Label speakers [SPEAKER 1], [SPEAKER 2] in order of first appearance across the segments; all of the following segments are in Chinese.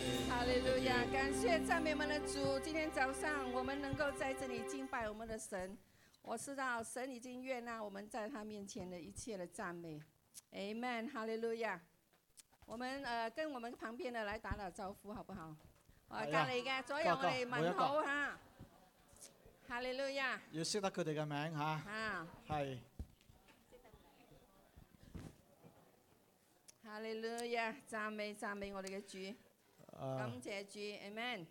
[SPEAKER 1] 利路亚！
[SPEAKER 2] 主
[SPEAKER 1] 感谢赞美我们的主。今天早上我们能够在这里敬拜我们的神，我知道神已经悦纳我们在他面前的一切的赞美。Amen，哈利路亚！我们呃跟我们旁边的来打打招呼好不好？啊，
[SPEAKER 2] 係
[SPEAKER 1] 隔
[SPEAKER 2] 啊
[SPEAKER 1] 離嘅左右我哋
[SPEAKER 2] 各個每一
[SPEAKER 1] 問
[SPEAKER 2] 個
[SPEAKER 1] 好嚇。哈利路亞
[SPEAKER 2] 要識得佢哋嘅名嚇，
[SPEAKER 1] 啊！
[SPEAKER 2] 係
[SPEAKER 1] 哈利路亞，讚美讚美我哋嘅主，感
[SPEAKER 2] 誒，
[SPEAKER 1] 謝主，Amen。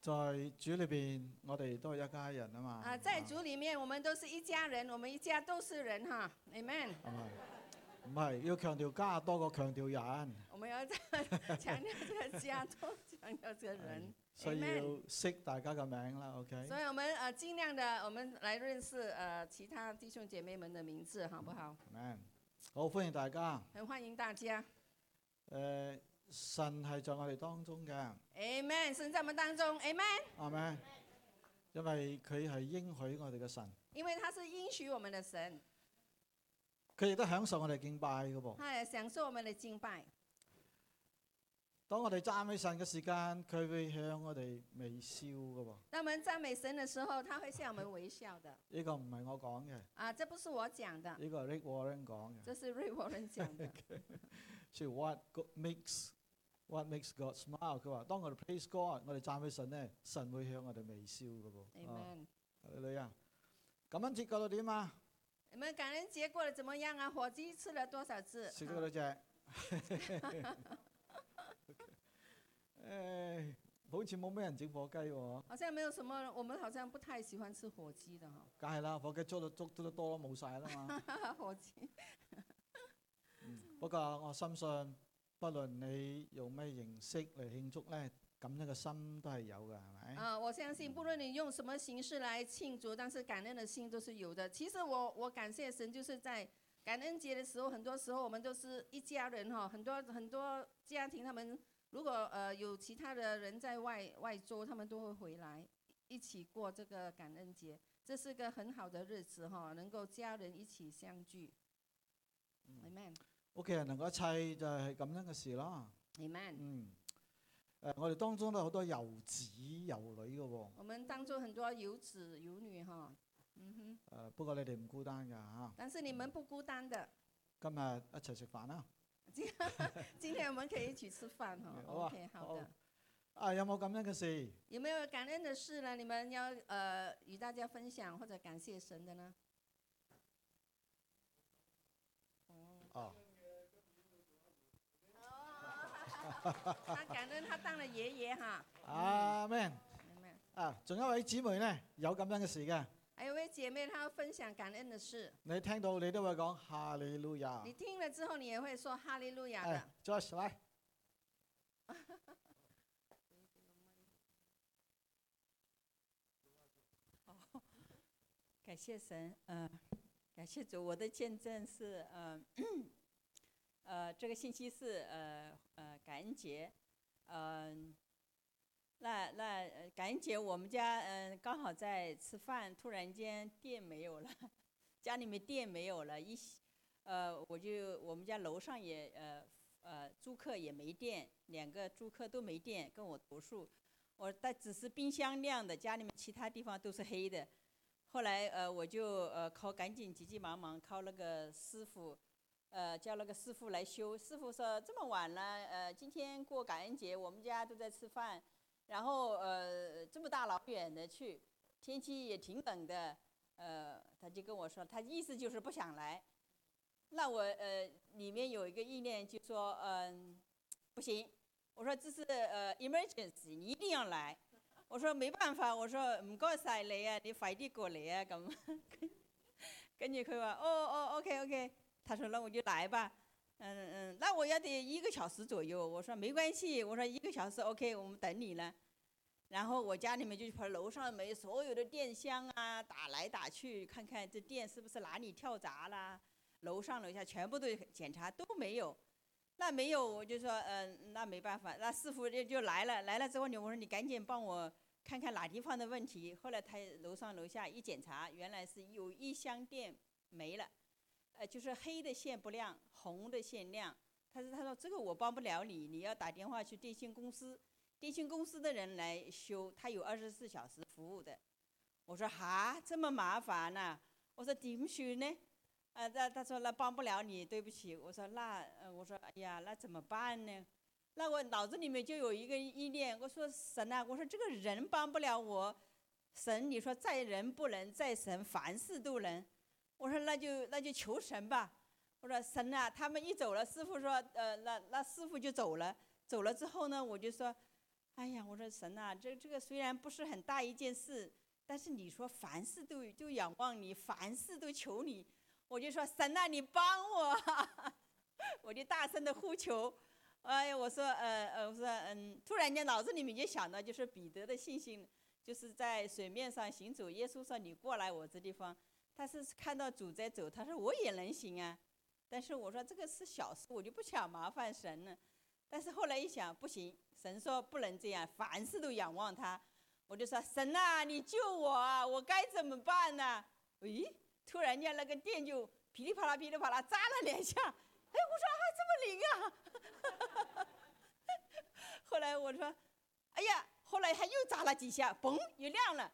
[SPEAKER 2] 在主裏邊，我哋都係一家人啊嘛。
[SPEAKER 1] 啊，在主里面我们都是一家人，我们一家都是人哈，Amen。
[SPEAKER 2] 係咪？唔係要強調家多過強調人，
[SPEAKER 1] 我们要再 强调这个家，多强调这个人，
[SPEAKER 2] 所以
[SPEAKER 1] Amen
[SPEAKER 2] 要識大家嘅名啦。OK，
[SPEAKER 1] 所以我们呃尽量的，我们来认识呃其他弟兄姐妹们的名字，好不好？
[SPEAKER 2] 名好歡迎大家。
[SPEAKER 1] 很欢迎大家
[SPEAKER 2] 誒，神係在我哋當中嘅，
[SPEAKER 1] ，Amen。神在我们当中，Amen，
[SPEAKER 2] 係咪？因為佢係應許我哋嘅神，
[SPEAKER 1] 因为他是应许我们的神，
[SPEAKER 2] 佢亦都享受我哋敬拜嘅噃。
[SPEAKER 1] 他也享受我们的敬拜。
[SPEAKER 2] 當我哋讚美神嘅時間，佢會向我哋微笑嘅喎。
[SPEAKER 1] 当我们赞美神的时候，他会向我们微笑的。
[SPEAKER 2] 呢個唔係我講嘅，
[SPEAKER 1] 啊，这不是我讲的，
[SPEAKER 2] 呢個係 Rick Warren 講嘅。
[SPEAKER 1] 这是瑞伯人讲 的。
[SPEAKER 2] 所以 what go- makes what makes God smile？佢話：當我哋 praise God，我哋讚美神咧，神會向我哋微笑嘅
[SPEAKER 1] Oh
[SPEAKER 2] 噃。啊
[SPEAKER 1] Amen。
[SPEAKER 2] 哈利路亞。感恩節過到點啊？
[SPEAKER 1] 你们感恩节过得怎么样啊？火鸡吃了多少只？啊
[SPEAKER 2] 食咗嗰只。 誒，好似冇咩人整火雞喎。
[SPEAKER 1] 好像没有什么，我们好像不太喜欢吃火鸡的哈、
[SPEAKER 2] 梗係啦，火雞捉到捉得多咯，冇晒啦嘛。
[SPEAKER 1] 火鸡。
[SPEAKER 2] 不過我深信，不論你用咩形式嚟慶祝咧，咁樣嘅心都係有嘅，係咪？
[SPEAKER 1] 啊，我相信不论你用什么形式来庆祝，但是感恩的心都是有的。其实我我感谢神，就是在感恩节的时候，很多时候我们都是一家人哈、很多很多家庭他们如果呃有其他的人在外外州，他们都会回来一起过这个感恩节，这是个很好的日子哈、能够家人一起相聚。
[SPEAKER 2] 嗯
[SPEAKER 1] Amen,
[SPEAKER 2] 屋企人能夠一齊就係咁樣嘅事啦。
[SPEAKER 1] Amen。
[SPEAKER 2] 嗯，誒，我哋當中都有好多遊子遊女嘅喎、
[SPEAKER 1] 我们当中很多有子有女哈，嗯哼，
[SPEAKER 2] 誒呃不過你哋唔孤單㗎嚇、
[SPEAKER 1] 但是你们不孤单的。
[SPEAKER 2] 今日一齊食飯啦。
[SPEAKER 1] 今天我们可以一起吃饭哈。
[SPEAKER 2] 好啊
[SPEAKER 1] OK，好的。
[SPEAKER 2] 啊，有冇咁樣嘅事？
[SPEAKER 1] 有没有感恩的事呢？你们要呃与大家分享或者感谢神的呢？哦
[SPEAKER 2] 哦，
[SPEAKER 1] 哦他感恩他当了爷爷哈。
[SPEAKER 2] 啊 man
[SPEAKER 1] 明白
[SPEAKER 2] 啊，仲有一位姊妹呢，有咁樣嘅事嘅，
[SPEAKER 1] 还有一位姐妹，她要分享感恩的事，
[SPEAKER 2] 你聽到你都會講哈利路
[SPEAKER 1] 你
[SPEAKER 2] 亞。
[SPEAKER 1] 听了之后，你也会说哈利路亚的
[SPEAKER 2] 誒。，Josh 嚟。
[SPEAKER 3] 感谢神，呃，感谢主，我的见证是，呃， 呃，这个星期是呃呃感恩节，嗯、那那呃感恩节我们家嗯、呃刚好在吃饭，突然间电没有了， 家里面电没有了，一洗呃我就我们家楼上也呃呃租客也没电，两个租客都没电，跟我投诉，我但只是冰箱亮的，家里面其他地方都是黑的。后来呃，我就呃 call 赶紧急急忙忙 call 了个师傅，呃，叫了个师傅来修。师傅说这么晚了，呃，今天过感恩节，我们家都在吃饭，然后呃这么大老远的去，天气也挺冷的，呃，他就跟我说，他意思就是不想来。那我呃里面有一个意念就说，嗯、不行，我说这是呃 emergency，你一定要来。我說冇辦法，我說唔該晒你啊，你快啲過嚟啊咁。 跟住佢話：哦哦，OK OK。他說：那我就來吧。嗯嗯，那我要得一個小時左右。我說沒關係，我說一個小時 OK，我們等你了。然後我家裡面就把樓上没所有的電箱啊打來打去，看看这電是不是哪裡跳闸啦，樓上樓下全部都检查都没有。那没有，我就说，嗯、那没办法，那师傅就就来了，来了之后呢，我说你赶紧帮我看看哪地方的问题。后来他楼上楼下一检查，原来是有一箱电没了，呃，就是黑的线不亮，红的线亮。但是他说这个我帮不了你，你要打电话去电信公司，电信公司的人来修，他有二十四小时服务的。我说哈，这么麻烦呐、我说点修呢？啊，他他说那帮不了你，对不起。我说那，呃我说哎呀，那怎么办呢？那我脑子里面就有一个意念，我说神啊，我说这个人帮不了我，神你说在人不能，在神凡事都能。我说那就那就求神吧。我说神啊，他们一走了，师傅说，呃，那那师傅就走了。走了之后呢，我就说，哎呀，我说神啊，这这个虽然不是很大一件事，但是你说凡事都就仰望你，凡事都求你，我就说神啊，你帮我， 我就大声的呼求。哎呀，我说，呃呃，我说，嗯，突然间脑子里面就想到，就是彼得的信心，就是在水面上行走。耶稣说：“你过来我这地方。”他是看到主在走，他说：“我也能行啊。”但是我说这个是小事，我就不想麻烦神了。但是后来一想，不行，神说不能这样，凡事都仰望他。我就说神啊，你救我啊，我该怎么办呢、咦，突然间那个电就噼里啪啦噼里啪啦扎了两下，哎，我说啊，这么灵啊！后来我说，哎呀，后来他又扎了几下，嘣，又亮了。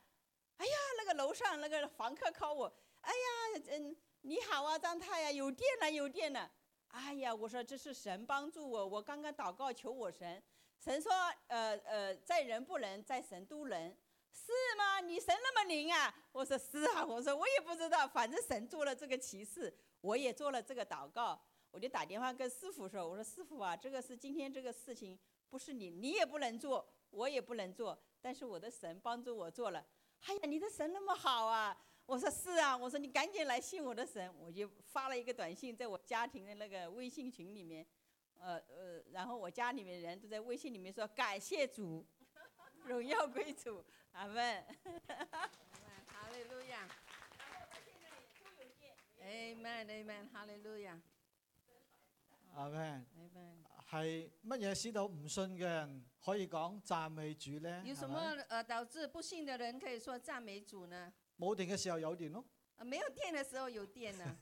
[SPEAKER 3] 哎呀，那个楼上那个房客 call 我，哎呀，嗯，你好啊，张太呀，有电了，有电了。哎呀，我说这是神帮助我，我刚刚祷告求我神，神说，呃呃，在人不能，在神都能，是吗？你神那么灵啊？我说是啊，我说我也不知道，反正神做了这个奇事，我也做了这个祷告，我就打电话跟师傅说，我说师傅啊，这个是今天这个事情不是你，你也不能做，我也不能做，但是我的神帮助我做了。哎呀，你的神那么好啊！我说是啊，我说你赶紧来信我的神，我就发了一个短信，在我家庭的那个微信群里面，呃呃，然后我家里面人都在微信里面说感谢主，荣耀归主，阿门。
[SPEAKER 1] Hallelujah. Amen, amen, hallelujah.
[SPEAKER 2] 阿 m
[SPEAKER 1] Amen.
[SPEAKER 2] 係乜嘢使到唔信嘅人可以講讚美主呢？
[SPEAKER 1] 有什
[SPEAKER 2] 係咪
[SPEAKER 1] 么呃导致不信的人可以说赞美主呢？
[SPEAKER 2] 冇電嘅時候有電咯，
[SPEAKER 1] 呃没有电的时候有电 呢。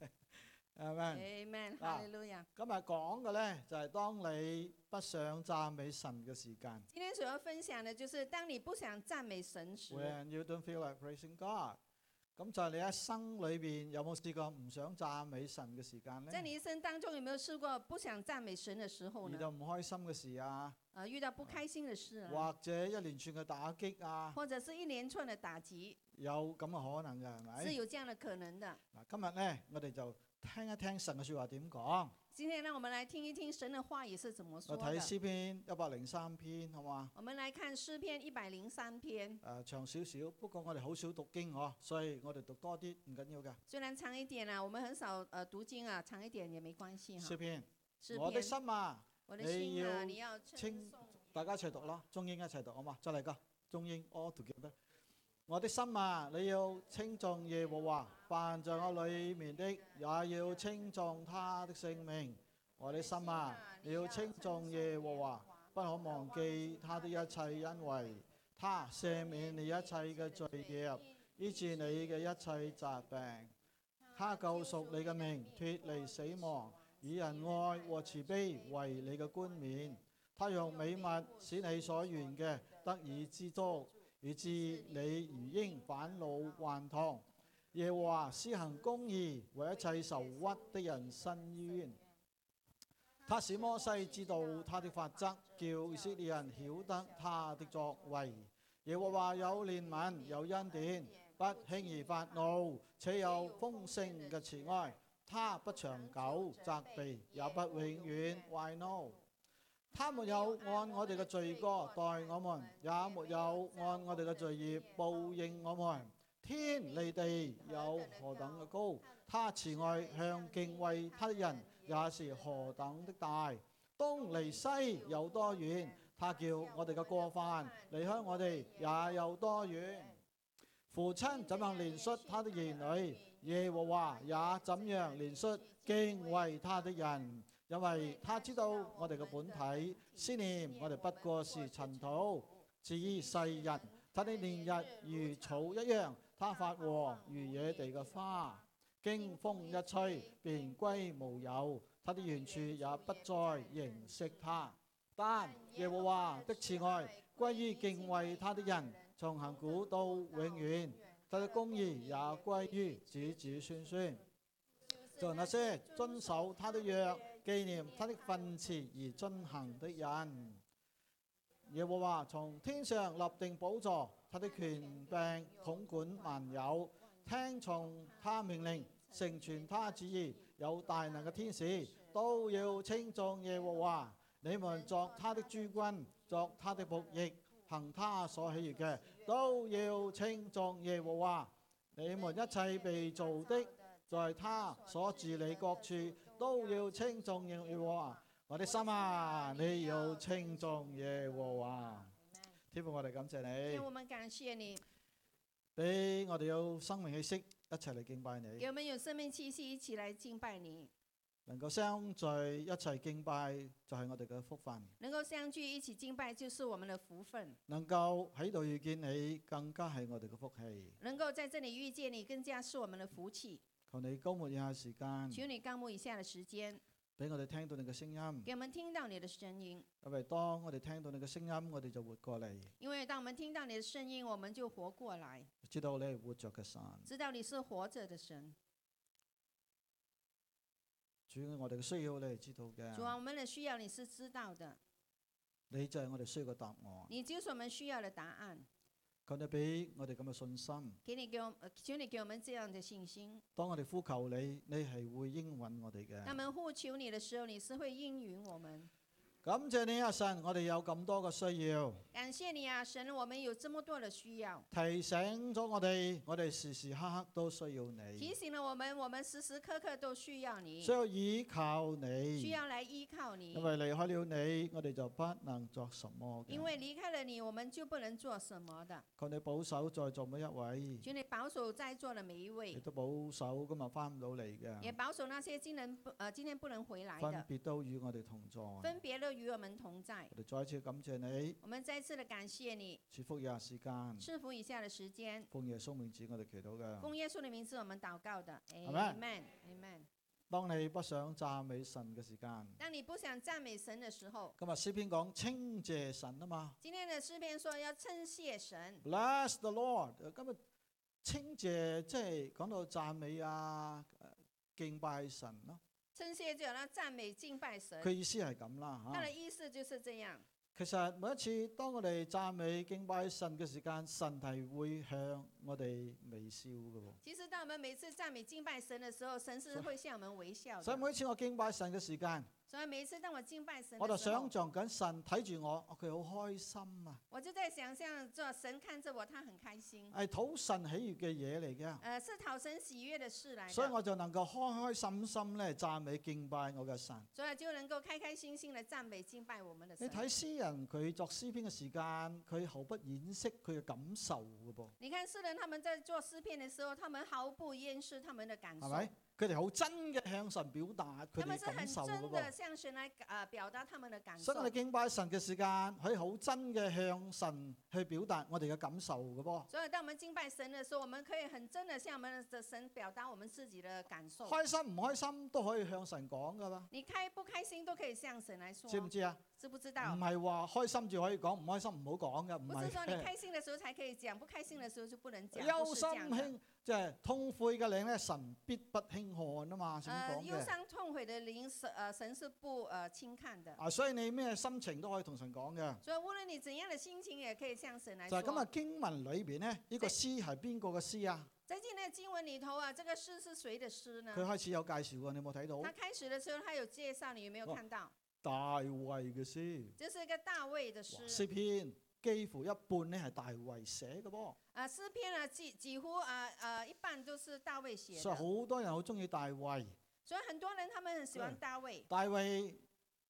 [SPEAKER 2] 係咪？
[SPEAKER 1] Amen,
[SPEAKER 2] 啊
[SPEAKER 1] hallelujah.
[SPEAKER 2] 今日講嘅呢，就係、當你不想讚美神嘅時間
[SPEAKER 1] 今天所要分享的就是，当你不想赞美神时，
[SPEAKER 2] ，when you don't feel like praising God，咁就係你一生裏邊有冇試過唔想讚美神嘅時間呢？
[SPEAKER 1] 在你一生当中有没有试过不想赞美神的时候
[SPEAKER 2] 遇
[SPEAKER 1] 呢？
[SPEAKER 2] 到唔開心嘅事啊，
[SPEAKER 1] 呃，遇到不开心的事啊，
[SPEAKER 2] 或者一連串嘅打擊啊，
[SPEAKER 1] 或者是一连串的打击，
[SPEAKER 2] 有咁嘅可能嘅係咪
[SPEAKER 1] 是？有这样的可能的。
[SPEAKER 2] 嗱，今日呢，我哋就聽一聽神嘅説話點講。
[SPEAKER 1] 今天让我们来听一听神的话语是怎么说
[SPEAKER 2] 我睇
[SPEAKER 1] 的。
[SPEAKER 2] 詩篇一百零三篇，好嘛？
[SPEAKER 1] 我们来看诗篇一百零三篇，
[SPEAKER 2] 誒、長少少，不過我哋好少讀經哦，所以我哋讀多啲唔緊要嘅。
[SPEAKER 1] 虽然长一点啊，我们很少呃读经啊，长一点也没关系
[SPEAKER 2] 詩
[SPEAKER 1] 哈。
[SPEAKER 2] 篇，
[SPEAKER 1] 诗
[SPEAKER 2] 我的
[SPEAKER 1] 篇，
[SPEAKER 2] 心啊，
[SPEAKER 1] 我的心啊，
[SPEAKER 2] 你
[SPEAKER 1] 你要
[SPEAKER 2] 清
[SPEAKER 1] 称颂
[SPEAKER 2] 大家一齊讀啦，中英一齊讀好嘛？再嚟個中英 all together。我的心啊，你要稱重耶和華，凡在我裏面的也要稱重他的聖名。我的心啊，你要稱重耶和華，不可忘記他的一切因為他赦免你一切嘅罪孽。醫治你嘅一切疾病，他救贖你嘅命，脱離死亡，以仁愛和慈悲為你嘅冠冕。他用美物使你所願嘅得以知足，以致你如應返老還童。耶和華施行公義，為一切受屈的人伸冤。他使摩西知道他的法則，叫以色列人曉得他的作為。耶和華有憐憫，有恩典。不輕易發怒，且有豐盛嘅慈愛。他不長久責備，也不永遠懷怒。他沒有按我哋嘅罪過待我們，也沒有按我哋嘅罪孽報應我們。天離地有何等嘅高？他慈愛向敬畏他的人也是何等的大。東離西有多遠？他叫我哋嘅過犯離開我哋也有多遠？父親怎樣憐恤他的兒女，耶和華也怎樣憐恤敬畏他的人，因為他知道我哋嘅本體，思念我哋不過是塵土。至於世人，他的年日如草一樣，他發和如野地嘅花，經風一吹便歸無有，他的原處也不再認識他。但耶和華的慈愛歸於敬畏他的人，從恆古到永遠。他的公義也歸於子子孫孫。在那些遵守他的約、紀念他的訓詞而遵行的人，耶和華從天上立定寶座，他的權柄統管萬有，聽從他命令，成全他旨意。有大能嘅天使都要稱頌耶和華。你們作他的諸君，作他的僕役，行他所喜悅嘅，都要稱頌耶和華。你們一切被造的，在他所治理各處，都要稱頌耶和華。我的心啊，你要稱頌耶和華。天父，我哋感謝你
[SPEAKER 1] 天，我，们感谢你，
[SPEAKER 2] 俾我哋有生命氣息，一齊嚟敬拜你
[SPEAKER 1] 给，我们有生命气息，一起来敬拜你，
[SPEAKER 2] 能夠相聚一齊敬拜，就係我哋嘅福分。
[SPEAKER 1] 能够相聚一起敬拜就是我们的福分，
[SPEAKER 2] 能夠喺度遇見你，更加係我哋嘅福氣。
[SPEAKER 1] 能够在这里遇见你，更加是我们的福气。
[SPEAKER 2] 求你高末以下時間，
[SPEAKER 1] 求你干目以下的时间，
[SPEAKER 2] 俾我哋聽到你嘅聲音。
[SPEAKER 1] 给我们听到你的声音，
[SPEAKER 2] 因為當我哋聽到你嘅聲音，我哋就活過嚟，
[SPEAKER 1] 因为当我们听到你的声音，我们就活过来，
[SPEAKER 2] 知道你係活着嘅神。
[SPEAKER 1] 知道你是活着的神。
[SPEAKER 2] 主，我哋嘅需要你係知道
[SPEAKER 1] 主啊，
[SPEAKER 2] 嘅，
[SPEAKER 1] 我们的需要你是知道的，
[SPEAKER 2] 你就係我哋需要嘅答案。
[SPEAKER 1] 你就是我们需要的答案。
[SPEAKER 2] 求你俾我哋咁嘅信心。
[SPEAKER 1] 给你给我，呃求你给我们这样的信心。
[SPEAKER 2] 當我哋呼求你，你係會應允我哋
[SPEAKER 1] 当我
[SPEAKER 2] 嘅。
[SPEAKER 1] 们呼求你的时候，你是会应允我们。
[SPEAKER 2] 感謝你啊，神！我哋有咁多嘅需要，
[SPEAKER 1] 感谢你啊，神，我们有这么多的需要，
[SPEAKER 2] 提醒咗我哋，我哋時時刻刻都需要
[SPEAKER 1] 提
[SPEAKER 2] 你，
[SPEAKER 1] 醒了我们，我们时时刻刻都需要你
[SPEAKER 2] 需，要依靠你。
[SPEAKER 1] 需要来依靠你
[SPEAKER 2] 因，为离开了你，我哋就不能作什么
[SPEAKER 1] 因
[SPEAKER 2] 嘅。
[SPEAKER 1] 为离开了你，我们就不能做什么的。
[SPEAKER 2] 求你保守在座每一位，
[SPEAKER 1] 求你保守在座的每一
[SPEAKER 2] 亦
[SPEAKER 1] 位，
[SPEAKER 2] 都保守今日翻唔到嚟
[SPEAKER 1] 也
[SPEAKER 2] 嘅，
[SPEAKER 1] 保守那些今能不呃今天不能回来
[SPEAKER 2] 分
[SPEAKER 1] 的，
[SPEAKER 2] 别都与我哋同在。
[SPEAKER 1] 分别的与我们同在。
[SPEAKER 2] 我哋再一次感谢你，
[SPEAKER 1] 我们再次的感谢你，
[SPEAKER 2] 赐福以下时间，
[SPEAKER 1] 赐福以下的时间，
[SPEAKER 2] 奉耶稣名字我哋祈祷嘅。
[SPEAKER 1] 奉耶稣的名字，我们祷告的
[SPEAKER 2] Amen
[SPEAKER 1] ，Amen，Amen。
[SPEAKER 2] 当你不想赞美神嘅时间，
[SPEAKER 1] 当你不想赞美神的时候，
[SPEAKER 2] 今日诗篇讲称谢神啊嘛
[SPEAKER 1] 今天的诗篇说要称谢神。
[SPEAKER 2] ，Bless the Lord。今日称谢即系讲到赞美啊，呃敬拜神咯。
[SPEAKER 1] 称谢就要赞美敬拜
[SPEAKER 2] 佢
[SPEAKER 1] 神，
[SPEAKER 2] 意思系咁啦吓。
[SPEAKER 1] 他的意思就是这样。
[SPEAKER 2] 其實每一次當我哋讚美敬拜神嘅時間，神係會向我哋微笑嘅喎。
[SPEAKER 1] 其实，当我们每次赞美敬拜神的时候，神是会向我们微笑
[SPEAKER 2] 所以
[SPEAKER 1] 的。
[SPEAKER 2] 每一次我敬拜神嘅時間，
[SPEAKER 1] 所以每一次当我敬拜神
[SPEAKER 2] 我就
[SPEAKER 1] 的时候
[SPEAKER 2] 想，像緊神睇住我，哦佢好開心啊！
[SPEAKER 1] 我就在想象着神看着我，他很开心。
[SPEAKER 2] 係討神喜悅嘅嘢嚟嘅，
[SPEAKER 1] 呃，是讨神喜悦的事来
[SPEAKER 2] 所以
[SPEAKER 1] 的，
[SPEAKER 2] 我就能夠開開心心咧讚美敬拜我嘅神。
[SPEAKER 1] 所以就能够开开心心的赞美敬拜我们的
[SPEAKER 2] 你
[SPEAKER 1] 神。
[SPEAKER 2] 睇詩人佢作詩篇嘅時間，佢毫不掩飾佢嘅感受嘅噃，
[SPEAKER 1] 你看诗人他们在做诗篇的时候，他们毫不掩饰他们的感受，
[SPEAKER 2] 係咪？佢哋好真嘅向神表達佢
[SPEAKER 1] 他
[SPEAKER 2] 哋
[SPEAKER 1] 们
[SPEAKER 2] 嘅
[SPEAKER 1] 是很
[SPEAKER 2] 感受
[SPEAKER 1] 啊
[SPEAKER 2] 嘅
[SPEAKER 1] 真
[SPEAKER 2] 噃
[SPEAKER 1] 的。向神来呃表达他们的感
[SPEAKER 2] 所
[SPEAKER 1] 受
[SPEAKER 2] 以。我哋敬拜神嘅時間，可以好真嘅向神去表達我哋嘅感受嘅噃。
[SPEAKER 1] 所以，当我们敬拜神的时候，我们可以很真的向我们的神表达我们自己的感受。
[SPEAKER 2] 開心唔開心都可以向神講噶啦，
[SPEAKER 1] 你开不开心都可以向神來说，
[SPEAKER 2] 知唔知啊？
[SPEAKER 1] 知不知
[SPEAKER 2] 唔
[SPEAKER 1] 道？
[SPEAKER 2] 係話開心就可以講，唔開心唔好講嘅，唔
[SPEAKER 1] 不是说你
[SPEAKER 2] 係。
[SPEAKER 1] 开心的时候才可以讲，不开心的时候就不能讲。
[SPEAKER 2] 憂
[SPEAKER 1] 不是
[SPEAKER 2] 心
[SPEAKER 1] 这样的
[SPEAKER 2] 輕即係痛悔嘅領咧，神必不輕看啊嘛，咁
[SPEAKER 1] 呃，
[SPEAKER 2] 講
[SPEAKER 1] 忧
[SPEAKER 2] 嘅。
[SPEAKER 1] 伤痛悔的灵，神呃神是不呃轻看的。
[SPEAKER 2] 啊，所以你咩心情都可以同神講嘅。
[SPEAKER 1] 所以无论你怎样的心情，也可以向神来
[SPEAKER 2] 就
[SPEAKER 1] 说。
[SPEAKER 2] 係今日經文裏邊咧，呢個詩係邊個嘅詩啊？
[SPEAKER 1] 在今天的經文里头啊，这个诗是谁的诗呢
[SPEAKER 2] 佢？開始有介紹嘅，你有冇
[SPEAKER 1] 啊
[SPEAKER 2] 睇
[SPEAKER 1] 他
[SPEAKER 2] 到？
[SPEAKER 1] 开始的时候，他有介绍，你有没有
[SPEAKER 2] 哦
[SPEAKER 1] 看到？
[SPEAKER 2] 大衛嘅詩。
[SPEAKER 1] 这是一个大卫的
[SPEAKER 2] 哇
[SPEAKER 1] 诗
[SPEAKER 2] 詩篇幾乎一半咧係大衛寫嘅噃，
[SPEAKER 1] 啊，诗篇啊，几几乎啊啊一半都是啊大卫写的。
[SPEAKER 2] 所以好多人好中意大衛。
[SPEAKER 1] 所以很多人他们很喜欢
[SPEAKER 2] 对
[SPEAKER 1] 大卫。
[SPEAKER 2] 大衛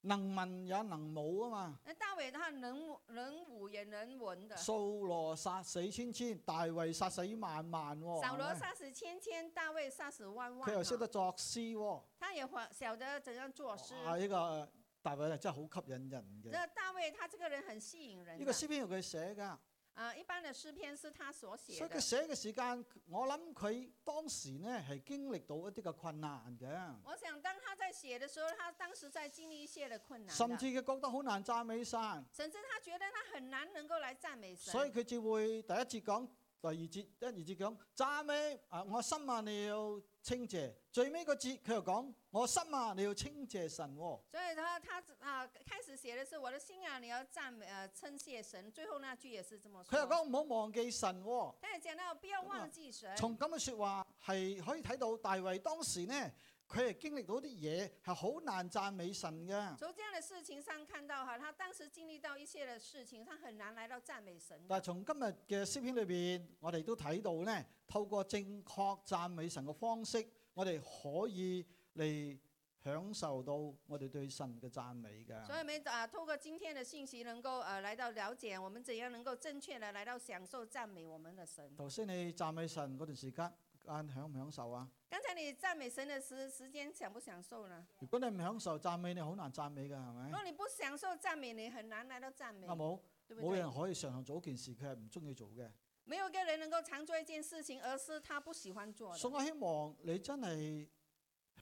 [SPEAKER 2] 能文也能武啊嘛，
[SPEAKER 1] 那大卫他能能武也能文的，
[SPEAKER 2] 掃羅殺死千千，大衛殺死萬萬喎。
[SPEAKER 1] 扫罗
[SPEAKER 2] 係咪
[SPEAKER 1] 杀死千千，大卫杀死万万、
[SPEAKER 2] 佢又識得
[SPEAKER 1] 啊。
[SPEAKER 2] 作詩喎，
[SPEAKER 1] 他也会晓得怎样做事。
[SPEAKER 2] 啊呢個大衛真係好吸引人嘅。
[SPEAKER 1] 这大卫他这个人很吸引人
[SPEAKER 2] 呢
[SPEAKER 1] 的。
[SPEAKER 2] 個詩篇係佢寫㗎，
[SPEAKER 1] 啊，一般的诗篇是他所
[SPEAKER 2] 所
[SPEAKER 1] 写
[SPEAKER 2] 以佢
[SPEAKER 1] 的。
[SPEAKER 2] 寫嘅時間，我諗佢當時呢係經歷到一啲嘅困難嘅。
[SPEAKER 1] 我想，当他在写的时候，他当时在经历一些的困难的，
[SPEAKER 2] 甚至佢覺得好難讚美神，
[SPEAKER 1] 甚至他觉得他很难能够来赞美神，
[SPEAKER 2] 所以佢至會第一節講，第二節一二節講讚美啊！我心啊，你要稱謝。最尾個節佢又講我心啊，你要稱謝神、喎。
[SPEAKER 1] 所以他他啊开始写的是我的心啊，你要赞美呃称谢神，最后那句也是这么
[SPEAKER 2] 佢又
[SPEAKER 1] 说。
[SPEAKER 2] 講唔好忘記神、喎。
[SPEAKER 1] 他也讲到不要忘记神，
[SPEAKER 2] 從咁嘅説話係可以睇到大衛當時呢，佢係經歷到啲嘢係好難讚美神嘅。
[SPEAKER 1] 从这样的事情上看到哈，他当时经历到一些的事情，他很难来到赞美神
[SPEAKER 2] 但
[SPEAKER 1] 的
[SPEAKER 2] 係。從今日嘅詩篇裏邊，我哋都睇到呢，透過正確讚美神嘅方式，我哋可以嚟享受到我哋對神嘅讚美嘅。
[SPEAKER 1] 所以我们啊，透过今天的信息，能够呃来到了解我们怎样能够正确的来到享受赞美我们的神。
[SPEAKER 2] 頭先你讚美神嗰段時間，間享唔享受啊？
[SPEAKER 1] 刚才你赞美神的时时间享不享受呢？
[SPEAKER 2] 如果你唔享受讚美，你好難讚美嘅，係
[SPEAKER 1] 如
[SPEAKER 2] 咪？
[SPEAKER 1] 果你不享受赞美，你很难来到赞美
[SPEAKER 2] 啱，冇？
[SPEAKER 1] 对不啊
[SPEAKER 2] 冇
[SPEAKER 1] 对
[SPEAKER 2] 人？可以常常做一件事，佢係唔中意做嘅。
[SPEAKER 1] 没有一个人能够常做一件事情，而是他不喜欢做
[SPEAKER 2] 所以
[SPEAKER 1] 的。
[SPEAKER 2] 我希望你真係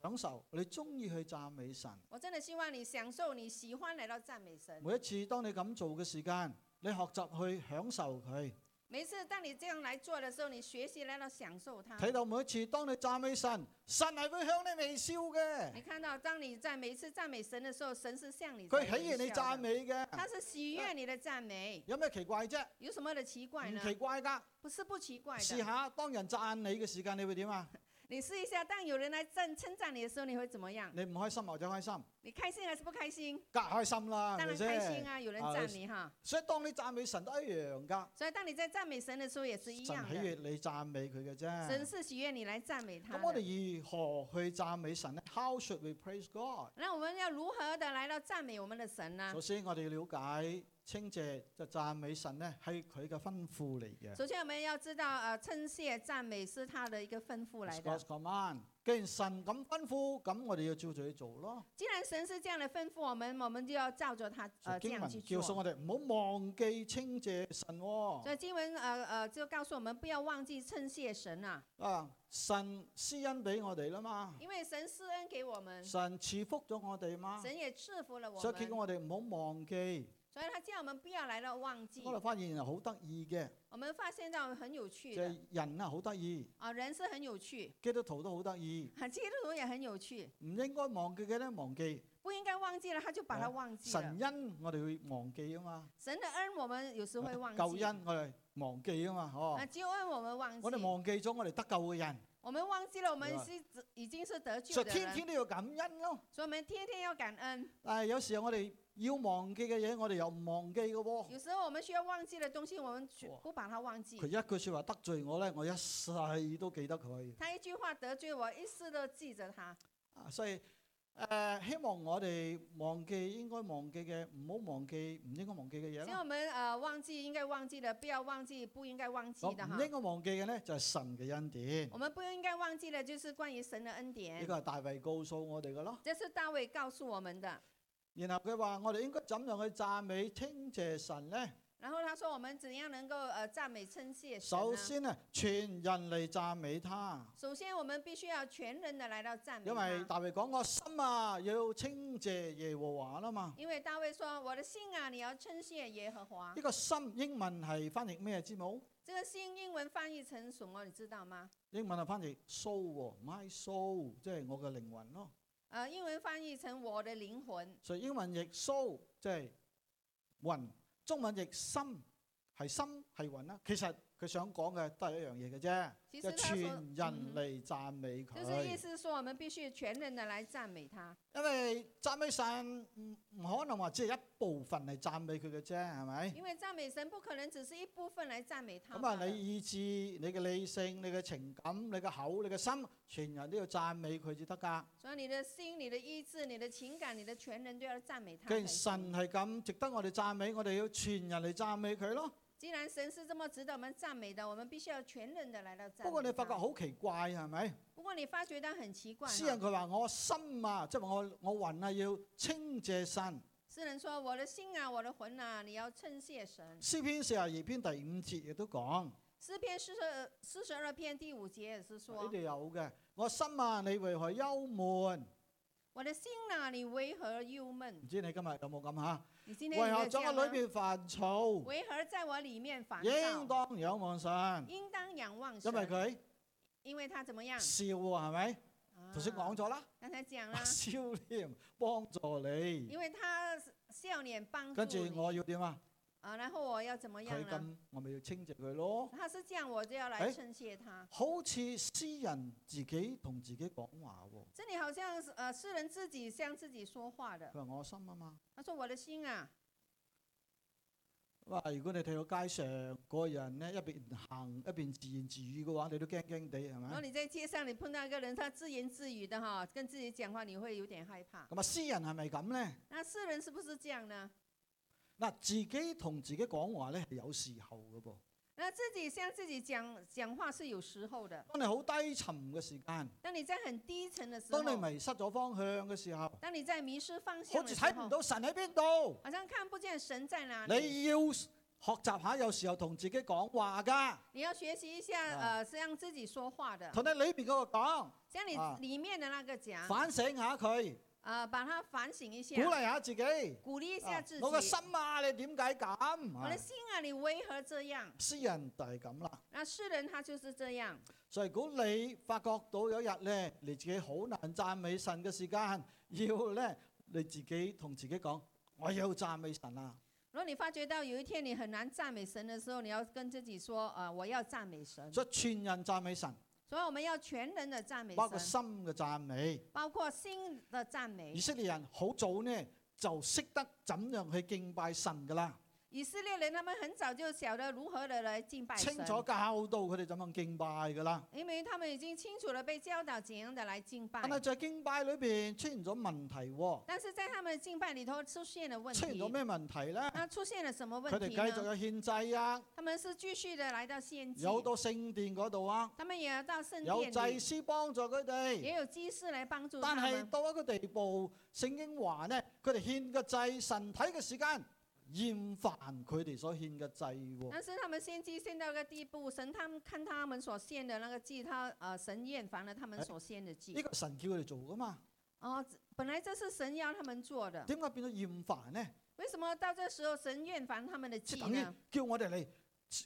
[SPEAKER 2] 享受，你中意去讚美神。
[SPEAKER 1] 我真的希望你享受，你喜欢来到赞美神。
[SPEAKER 2] 每一次當你咁做嘅時間，你學習去享受佢。
[SPEAKER 1] 每次当你这样来做的时候，你学习来到享受它。
[SPEAKER 2] 睇到每一次當你讚美神，神係會向你微笑嘅
[SPEAKER 1] 你，看到，当你在每一次赞美神的时候，神是向你
[SPEAKER 2] 佢
[SPEAKER 1] 在
[SPEAKER 2] 喜
[SPEAKER 1] 微
[SPEAKER 2] 悦你
[SPEAKER 1] 笑
[SPEAKER 2] 讚
[SPEAKER 1] 的，
[SPEAKER 2] 美
[SPEAKER 1] 他
[SPEAKER 2] 嘅，
[SPEAKER 1] 是喜悦你的赞美，
[SPEAKER 2] 有咩奇怪啫？
[SPEAKER 1] 有什么的奇怪
[SPEAKER 2] 唔
[SPEAKER 1] 呢？
[SPEAKER 2] 奇怪㗎。
[SPEAKER 1] 不是不奇怪
[SPEAKER 2] 試
[SPEAKER 1] 的。
[SPEAKER 2] 下當人讚你嘅時間，你會 點啊？
[SPEAKER 1] 你试一下，当有人来赞称赞你的时候，你会怎么样？
[SPEAKER 2] 你唔開心或者開心，
[SPEAKER 1] 你开心还是不开心？
[SPEAKER 2] 梗係開心啦，
[SPEAKER 1] 当
[SPEAKER 2] 係咪
[SPEAKER 1] 然开心
[SPEAKER 2] 先？
[SPEAKER 1] 啊，有人
[SPEAKER 2] 啊
[SPEAKER 1] 赞你哈。
[SPEAKER 2] 所以當你讚美神都一樣㗎，
[SPEAKER 1] 所以当你在赞美神的时候，也是一
[SPEAKER 2] 神
[SPEAKER 1] 样
[SPEAKER 2] 喜
[SPEAKER 1] 的。
[SPEAKER 2] 悦你讚美佢嘅
[SPEAKER 1] 神
[SPEAKER 2] 啫。
[SPEAKER 1] 是喜悦你来赞美他
[SPEAKER 2] 咁我
[SPEAKER 1] 的。
[SPEAKER 2] 哋如何去讚美神呢 How should we praise God？
[SPEAKER 1] 那我们要如何的来到赞美我们的神呢
[SPEAKER 2] 首？先，我哋要了解清謝就讚美神呢，係佢嘅吩咐嚟嘅。
[SPEAKER 1] 首先，我们要知道，呃，称谢赞美是他的一个吩咐来
[SPEAKER 2] It's
[SPEAKER 1] 的
[SPEAKER 2] God's。command。既然神咁吩咐，咁我哋要照住去做咯。
[SPEAKER 1] 既然神是这样的吩咐我们，我们就要照着他呃这
[SPEAKER 2] 經
[SPEAKER 1] 样去
[SPEAKER 2] 文叫
[SPEAKER 1] 做。
[SPEAKER 2] 訴我哋唔好忘記稱謝神、
[SPEAKER 1] 所以
[SPEAKER 2] 喎。
[SPEAKER 1] 经文呃呃就告诉我们不要忘记称谢神啊，
[SPEAKER 2] 啊，神施恩俾我哋啦嘛，
[SPEAKER 1] 因为神施恩给我们，
[SPEAKER 2] 神賜福咗我哋嘛，
[SPEAKER 1] 神也赐福了我
[SPEAKER 2] 啊所以結
[SPEAKER 1] 们
[SPEAKER 2] 果，我哋唔好忘記。
[SPEAKER 1] 所以他叫我们不要来到忘记
[SPEAKER 2] 我。哋發現好得意嘅，
[SPEAKER 1] 我们发现到很有
[SPEAKER 2] 就
[SPEAKER 1] 趣的
[SPEAKER 2] 係人啊好得意，
[SPEAKER 1] 啊，人是很有趣，
[SPEAKER 2] 基督徒都好得意，
[SPEAKER 1] 啊，基督徒也很有趣，
[SPEAKER 2] 唔應該忘記嘅咧忘記。
[SPEAKER 1] 不应该忘记了他就把它忘记了
[SPEAKER 2] 啊神。恩我哋會忘記啊嘛，
[SPEAKER 1] 神的恩我们有时会忘
[SPEAKER 2] 啊救
[SPEAKER 1] 记，
[SPEAKER 2] 恩我哋忘記啊嘛，
[SPEAKER 1] 啊，
[SPEAKER 2] 哦，
[SPEAKER 1] 救恩我们忘记
[SPEAKER 2] 我，哋忘記咗我哋得救嘅人，
[SPEAKER 1] 我们忘记了我们
[SPEAKER 2] 明白
[SPEAKER 1] 是已经是得救
[SPEAKER 2] 啊所以
[SPEAKER 1] 的
[SPEAKER 2] 天
[SPEAKER 1] 人，
[SPEAKER 2] 天都要感恩咯。
[SPEAKER 1] 所以我们天天要感恩。
[SPEAKER 2] 但係有時候我哋要忘記嘅嘢，我哋又唔忘記嘅喎。
[SPEAKER 1] 有时候我们需要忘记的东西，我们去
[SPEAKER 2] 哇
[SPEAKER 1] 不把它忘记
[SPEAKER 2] 佢。一句说話得罪我咧，我一世都記得佢。
[SPEAKER 1] 他一句话得罪我，一世都记着他。
[SPEAKER 2] 啊所以诶、呃希望我哋忘記應該忘記嘅，唔好忘記唔應該忘記嘅嘢
[SPEAKER 1] 所以我
[SPEAKER 2] 啦。
[SPEAKER 1] 们呃忘记应该忘记的，不要忘记不应该忘记
[SPEAKER 2] 咁
[SPEAKER 1] 的
[SPEAKER 2] 唔
[SPEAKER 1] 哈。
[SPEAKER 2] 應該忘記嘅咧，就係神嘅恩典。
[SPEAKER 1] 我们不应该忘记的就是关于神的恩
[SPEAKER 2] 呢
[SPEAKER 1] 典，
[SPEAKER 2] 個係大衛告訴我哋嘅咯。
[SPEAKER 1] 这是大卫告诉我们的。
[SPEAKER 2] 然後佢話：我哋應該怎樣去讚美稱謝神咧？
[SPEAKER 1] 然后他说，我们怎样能够呃赞美称谢神
[SPEAKER 2] 首
[SPEAKER 1] 呢？
[SPEAKER 2] 先啊，全人嚟讚美他，
[SPEAKER 1] 首先，我们必须要全人的来到赞美
[SPEAKER 2] 因為
[SPEAKER 1] 他，
[SPEAKER 2] 大衛講：我心啊，要稱謝耶和華啦嘛。
[SPEAKER 1] 因为大卫说：“我的心啊，你要称谢耶和华。
[SPEAKER 2] 呢個心英文係翻譯咩知冇？”
[SPEAKER 1] 这个心英文翻译成什么，你知道吗？
[SPEAKER 2] 英文係翻譯 soul 喎，my soul，即係我嘅靈魂咯。
[SPEAKER 1] 呃，英文翻译成“我的灵魂”。
[SPEAKER 2] 所以英文譯 soul 即係魂，中文譯心係心係魂啦。其實佢想講嘅都係一樣嘢嘅啫，
[SPEAKER 1] 其
[SPEAKER 2] 就
[SPEAKER 1] 实
[SPEAKER 2] 係
[SPEAKER 1] 他
[SPEAKER 2] 全
[SPEAKER 1] 说，嗯
[SPEAKER 2] 人嚟讚美
[SPEAKER 1] 就是意
[SPEAKER 2] 佢。
[SPEAKER 1] 思说，我们必须全人的来赞美他，
[SPEAKER 2] 因為讚美神唔唔可能話只係一部分係讚美佢嘅啫，係咪？
[SPEAKER 1] 因为赞美神不可能只是一部分来赞美他
[SPEAKER 2] 咁
[SPEAKER 1] 嘛。
[SPEAKER 2] 啊，你意志、你嘅理性、你嘅情感、你嘅口、你嘅心，全人都要讚美佢至得㗎。
[SPEAKER 1] 所以你的心、你的意志、你的情感、你的全人都要赞美他
[SPEAKER 2] 既
[SPEAKER 1] 才
[SPEAKER 2] 然
[SPEAKER 1] 行。
[SPEAKER 2] 神係咁值得我哋讚美，我哋要全人嚟讚美佢咯。
[SPEAKER 1] 既然神是这么值得我们赞美的，我们必须要全人的来到赞美他。
[SPEAKER 2] 不過你發覺好啊奇怪係咪？
[SPEAKER 1] 不過你发觉到很奇怪哈，
[SPEAKER 2] 詩人佢話：我心啊，即係話我我魂啊，要稱謝神。
[SPEAKER 1] 诗人说：“我的心啊，我的魂啊，你要称谢神。
[SPEAKER 2] 詩篇四十二篇第五節亦都講，呢”
[SPEAKER 1] 诗篇四十四十二篇第五节也是说
[SPEAKER 2] 度有嘅。我心啊，你為何憂悶？
[SPEAKER 1] 我的心哪里为何忧闷？你今天
[SPEAKER 2] 為
[SPEAKER 1] 有没
[SPEAKER 2] 何
[SPEAKER 1] 有这
[SPEAKER 2] 在
[SPEAKER 1] 样
[SPEAKER 2] 我裏
[SPEAKER 1] 吗？
[SPEAKER 2] 边煩躁，
[SPEAKER 1] 为何在我里面烦
[SPEAKER 2] 應
[SPEAKER 1] 躁？
[SPEAKER 2] 當仰望神，
[SPEAKER 1] 应当仰望
[SPEAKER 2] 因為
[SPEAKER 1] 神，
[SPEAKER 2] 佢
[SPEAKER 1] 因为他怎么样？
[SPEAKER 2] 笑喎，係咪？
[SPEAKER 1] 啊
[SPEAKER 2] 頭先講咗啦，
[SPEAKER 1] 刚才讲啦，
[SPEAKER 2] 笑添，幫助你。
[SPEAKER 1] 因为他笑脸帮助
[SPEAKER 2] 跟住
[SPEAKER 1] 你
[SPEAKER 2] 我要點啊？
[SPEAKER 1] 啊，然后我要怎么样
[SPEAKER 2] 佢
[SPEAKER 1] 呢？
[SPEAKER 2] 咁，我咪要稱謝佢咯。
[SPEAKER 1] 他是这样，我就要
[SPEAKER 2] 哎
[SPEAKER 1] 来称谢他。
[SPEAKER 2] 好似詩人自己同自己講話喎。
[SPEAKER 1] 这里好像是呃，诗人自己向自己说话的
[SPEAKER 2] 佢。話我心啊嘛。
[SPEAKER 1] 他说：“我的心啊，
[SPEAKER 2] 哇！如果你睇到街上嗰個人咧，一邊行一邊自言自語嘅話，你都驚驚地係
[SPEAKER 1] 然后
[SPEAKER 2] 咪？
[SPEAKER 1] 你在街上你碰到一个人，他自言自语的哈，跟自己讲话，你会有点害怕。
[SPEAKER 2] 咁啊，詩人係咪咁咧？
[SPEAKER 1] 那诗人是不是这样呢？
[SPEAKER 2] 嗱，自己同自己講話咧係有時候嘅噃。
[SPEAKER 1] 那自己向自己讲讲话是有时候的。
[SPEAKER 2] 當你好低沉嘅時間，
[SPEAKER 1] 当你在很低沉的时候
[SPEAKER 2] 當，你迷失咗方向嘅時候，
[SPEAKER 1] 当你在迷失方向
[SPEAKER 2] 好
[SPEAKER 1] 的
[SPEAKER 2] 似
[SPEAKER 1] 时
[SPEAKER 2] 睇唔
[SPEAKER 1] 候，
[SPEAKER 2] 到神喺邊度，
[SPEAKER 1] 好像看不见神在哪里。
[SPEAKER 2] 你要學習下，有時候同自己講話㗎，
[SPEAKER 1] 你要学习一下，
[SPEAKER 2] 啊
[SPEAKER 1] 呃，是让自己说话的，
[SPEAKER 2] 同你裏邊嗰個講，
[SPEAKER 1] 像你
[SPEAKER 2] 啊
[SPEAKER 1] 里面的那个讲，
[SPEAKER 2] 反省下佢，
[SPEAKER 1] 呃，把它反省一
[SPEAKER 2] 鼓
[SPEAKER 1] 下，
[SPEAKER 2] 勵下自己。
[SPEAKER 1] 鼓励一下
[SPEAKER 2] 啊
[SPEAKER 1] 自己。
[SPEAKER 2] 我個心啊，你點解咁？
[SPEAKER 1] 我
[SPEAKER 2] 啊
[SPEAKER 1] 的心啊，你为何这样？
[SPEAKER 2] 詩人就係咁啦。
[SPEAKER 1] 那世人他就是这样。
[SPEAKER 2] 所以如果你發覺到有一日咧，你自己好難讚美神嘅時間，要咧你自己同自己講，我要讚美神啊！
[SPEAKER 1] 如果你发觉到有一天你很难赞美神的时候，你要跟自己说：啊、我要赞美神。
[SPEAKER 2] 所以全人讚美神，
[SPEAKER 1] 所以我们要全人的赞美
[SPEAKER 2] 包括
[SPEAKER 1] 神，
[SPEAKER 2] 心嘅讚美。
[SPEAKER 1] 包括心的赞美
[SPEAKER 2] 以。色列人好早呢就識得怎樣去敬拜神噶啦，
[SPEAKER 1] 以色列人他们很早就晓得如何的来敬拜
[SPEAKER 2] 清
[SPEAKER 1] 神，
[SPEAKER 2] 楚教導佢哋怎樣敬拜噶啦。
[SPEAKER 1] 因为他们已经清楚的被教导怎样的来敬拜
[SPEAKER 2] 但。係在敬拜裏邊出現咗問題喎，
[SPEAKER 1] 但是在他们的敬拜里头出现了问
[SPEAKER 2] 出現咗
[SPEAKER 1] 题，
[SPEAKER 2] 咩問題咧？
[SPEAKER 1] 那出现了什么
[SPEAKER 2] 佢
[SPEAKER 1] 问
[SPEAKER 2] 哋
[SPEAKER 1] 题
[SPEAKER 2] 繼續
[SPEAKER 1] 呢？
[SPEAKER 2] 有獻祭啊，
[SPEAKER 1] 他们是继续的来到献祭，
[SPEAKER 2] 有到聖殿嗰度啊，
[SPEAKER 1] 他们也要到圣
[SPEAKER 2] 有
[SPEAKER 1] 殿
[SPEAKER 2] 祭
[SPEAKER 1] 里，
[SPEAKER 2] 司幫助佢哋。
[SPEAKER 1] 也有祭司来帮助他
[SPEAKER 2] 但係
[SPEAKER 1] 们。
[SPEAKER 2] 到一個地步，聖經話呢，佢哋獻嘅祭，神睇嘅時間厭煩佢哋所獻嘅祭喎。
[SPEAKER 1] 但是他们献祭献到一个地步，神他们看他们所献的那个祭，他呃神厌烦了他们
[SPEAKER 2] 哎
[SPEAKER 1] 所献的祭
[SPEAKER 2] 呢。個神叫佢哋做噶嘛，
[SPEAKER 1] 哦，这本来这是神要他们做的，
[SPEAKER 2] 點解變咗厭煩呢？
[SPEAKER 1] 为什么到这时候神厌烦他们的
[SPEAKER 2] 即
[SPEAKER 1] 祭
[SPEAKER 2] 係等於
[SPEAKER 1] 呢？
[SPEAKER 2] 叫我哋嚟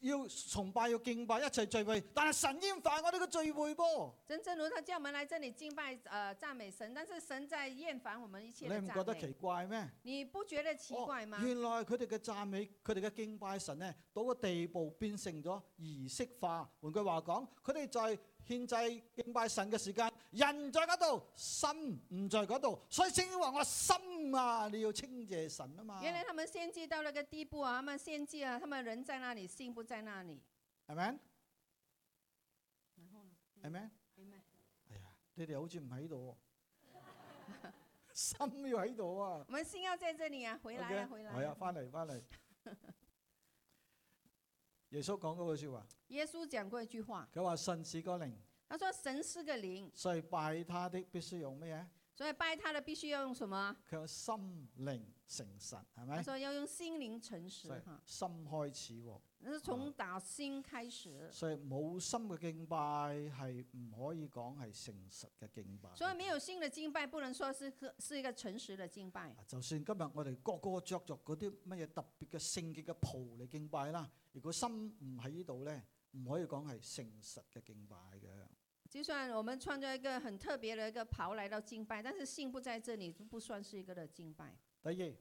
[SPEAKER 2] 要崇拜、要敬拜、一齊聚會，但係神厭煩我哋嘅聚會噃。
[SPEAKER 1] 真正如他叫我们来这里敬拜呃赞美神，但是神在厌烦我们一
[SPEAKER 2] 你
[SPEAKER 1] 切的
[SPEAKER 2] 唔覺
[SPEAKER 1] 赞
[SPEAKER 2] 得
[SPEAKER 1] 美。
[SPEAKER 2] 奇怪咩？
[SPEAKER 1] 你不觉得奇
[SPEAKER 2] 哦
[SPEAKER 1] 怪吗？
[SPEAKER 2] 原來佢哋嘅讚美、佢哋嘅敬拜神呢，到個地步變成咗儀式化。換句話講，佢哋在獻祭敬拜神嘅時間，人在嗰度，心唔在嗰度，所以聖經話我心啊，你要稱謝神啊嘛，
[SPEAKER 1] 原来他们献祭到那个地步啊，他们献祭啊，他们人在那里，心不在那里。
[SPEAKER 2] 係咪？
[SPEAKER 1] 然后呢？
[SPEAKER 2] 係咪？
[SPEAKER 1] 明白
[SPEAKER 2] 哎呀，你哋好似唔喺 度喎，心要喺度啊！
[SPEAKER 1] 我们心要在这里啊，回来啊，回来啊。
[SPEAKER 2] 係啊，翻嚟翻嚟。耶穌講嗰句説話，
[SPEAKER 1] 耶稣讲过一句话，
[SPEAKER 2] 佢話神是個靈。
[SPEAKER 1] 他说神是个灵，
[SPEAKER 2] 所以拜他的必須用咩嘢？
[SPEAKER 1] 所以拜他的必须要用什么？
[SPEAKER 2] 佢有心靈誠實，係
[SPEAKER 1] 他
[SPEAKER 2] 咪？
[SPEAKER 1] 说要用心灵诚实
[SPEAKER 2] 所以
[SPEAKER 1] 哈，
[SPEAKER 2] 心開始喎，
[SPEAKER 1] 那是从打心开始。
[SPEAKER 2] 所以冇心嘅敬拜係唔可以講係誠實嘅敬拜。
[SPEAKER 1] 所以没有心的敬拜，不能说是个是一个诚实的敬拜。
[SPEAKER 2] 啊就算今日我哋個個着着嗰啲乜嘢特別嘅聖潔嘅袍嚟敬拜啦，如果心唔喺呢度咧，唔可以講係誠實嘅敬拜嘅。
[SPEAKER 1] 就算我们穿着一个很特别的一个袍来到敬拜，但是心不在这里，就不算是一个的敬拜。
[SPEAKER 2] 第二，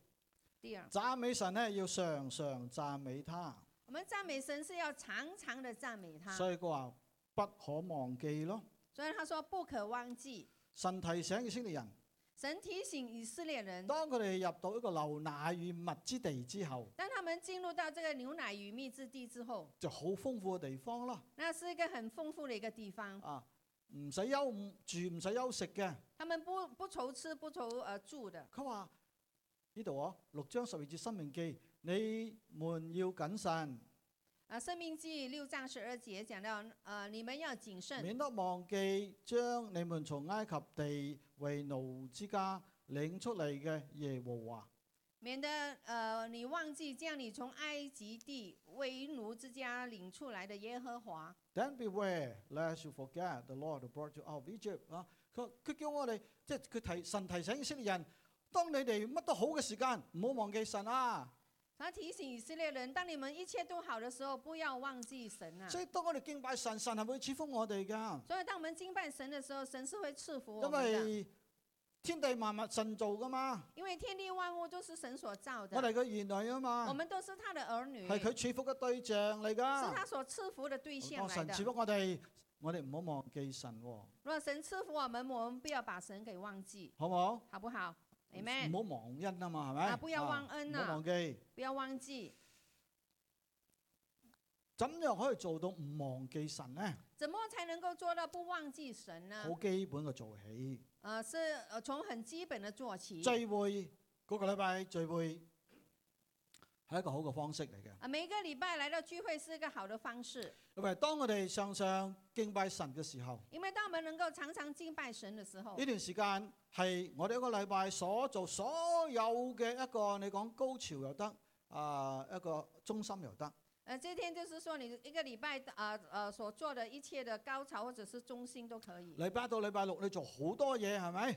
[SPEAKER 1] 第二，
[SPEAKER 2] 讚美神咧要常常讚美他，
[SPEAKER 1] 我们赞美神是要常常的赞美他，
[SPEAKER 2] 所以佢話不可忘記咯。
[SPEAKER 1] 所以他说不可忘记。
[SPEAKER 2] 神提醒以色列人。
[SPEAKER 1] 神提醒以色列人，
[SPEAKER 2] 當佢哋入到一個流奶與蜜之地之後，
[SPEAKER 1] 当他们进入到这个牛奶与蜜之地之后，
[SPEAKER 2] 就好豐富嘅地方啦。
[SPEAKER 1] 那是一个很丰富的一个地方。
[SPEAKER 2] 啊，唔使休住，唔使休息嘅。
[SPEAKER 1] 他们不不愁吃，不愁呃住的。
[SPEAKER 2] 佢話：呢度啊，六章十二節《生命記》，你們要謹慎，
[SPEAKER 1] 啊，《生命记》六章十二节讲到，呃，你们要谨慎，
[SPEAKER 2] 免得忘記將你們從埃及地為奴之家領出嚟嘅耶和華。
[SPEAKER 1] 免得呃你忘记将你从埃及地为奴之家领出来的耶和华。
[SPEAKER 2] Then beware lest you forget the Lord who brought you out of Egypt 啊！佢佢叫我哋即係佢提神提醒以色列人，當你哋乜都好嘅時間，唔好忘記神啊！
[SPEAKER 1] 他提醒以色列人：当你们一切都好的时候，不要忘记神啊！
[SPEAKER 2] 所以當我哋敬拜神，神係會賜福我哋噶，
[SPEAKER 1] 所以，当我们敬拜神的时候，神是会赐福我
[SPEAKER 2] 因
[SPEAKER 1] 们的，
[SPEAKER 2] 為天地萬物神造噶嘛，
[SPEAKER 1] 因为天地万物都是神所造
[SPEAKER 2] 我
[SPEAKER 1] 的，
[SPEAKER 2] 哋嘅兒女啊
[SPEAKER 1] 我
[SPEAKER 2] 嘛，
[SPEAKER 1] 们都是他的儿女，
[SPEAKER 2] 係佢
[SPEAKER 1] 是
[SPEAKER 2] 賜福嘅對象嚟噶。
[SPEAKER 1] 他所赐福的对象
[SPEAKER 2] 當
[SPEAKER 1] 来
[SPEAKER 2] 啊哦神賜
[SPEAKER 1] 的。
[SPEAKER 2] 福我哋，我哋唔好忘記神喎，
[SPEAKER 1] 如果神赐福我们，我们不要把神给忘记，
[SPEAKER 2] 好唔好？
[SPEAKER 1] 好不好
[SPEAKER 2] 唔
[SPEAKER 1] ？Amen。
[SPEAKER 2] 好忘恩啊嘛，係咪？
[SPEAKER 1] 啊不要忘恩啊
[SPEAKER 2] 唔好忘記。
[SPEAKER 1] 不要忘记，
[SPEAKER 2] 怎樣可以做到唔忘記神呢？
[SPEAKER 1] 怎么才能够做到不忘记神呢
[SPEAKER 2] 好？基本嘅做起。
[SPEAKER 1] 呃，是呃从很基本的做起。
[SPEAKER 2] 聚會嗰個禮拜聚會係一個好嘅方式嚟嘅，
[SPEAKER 1] 啊，每个礼拜来到聚會是一个好的方式，
[SPEAKER 2] 因為當我哋常常敬拜神嘅時候，
[SPEAKER 1] 因为当我们能够常常敬拜神的时候
[SPEAKER 2] 呢，段時間係我哋一個禮拜所做所有嘅一個，你講高潮又得，啊、一個中心又得，
[SPEAKER 1] 呃，这天就是说你一个礼拜呃呃所做的一切的高潮或者是中心都可以。
[SPEAKER 2] 禮拜一到禮拜六你做好多嘢係咪？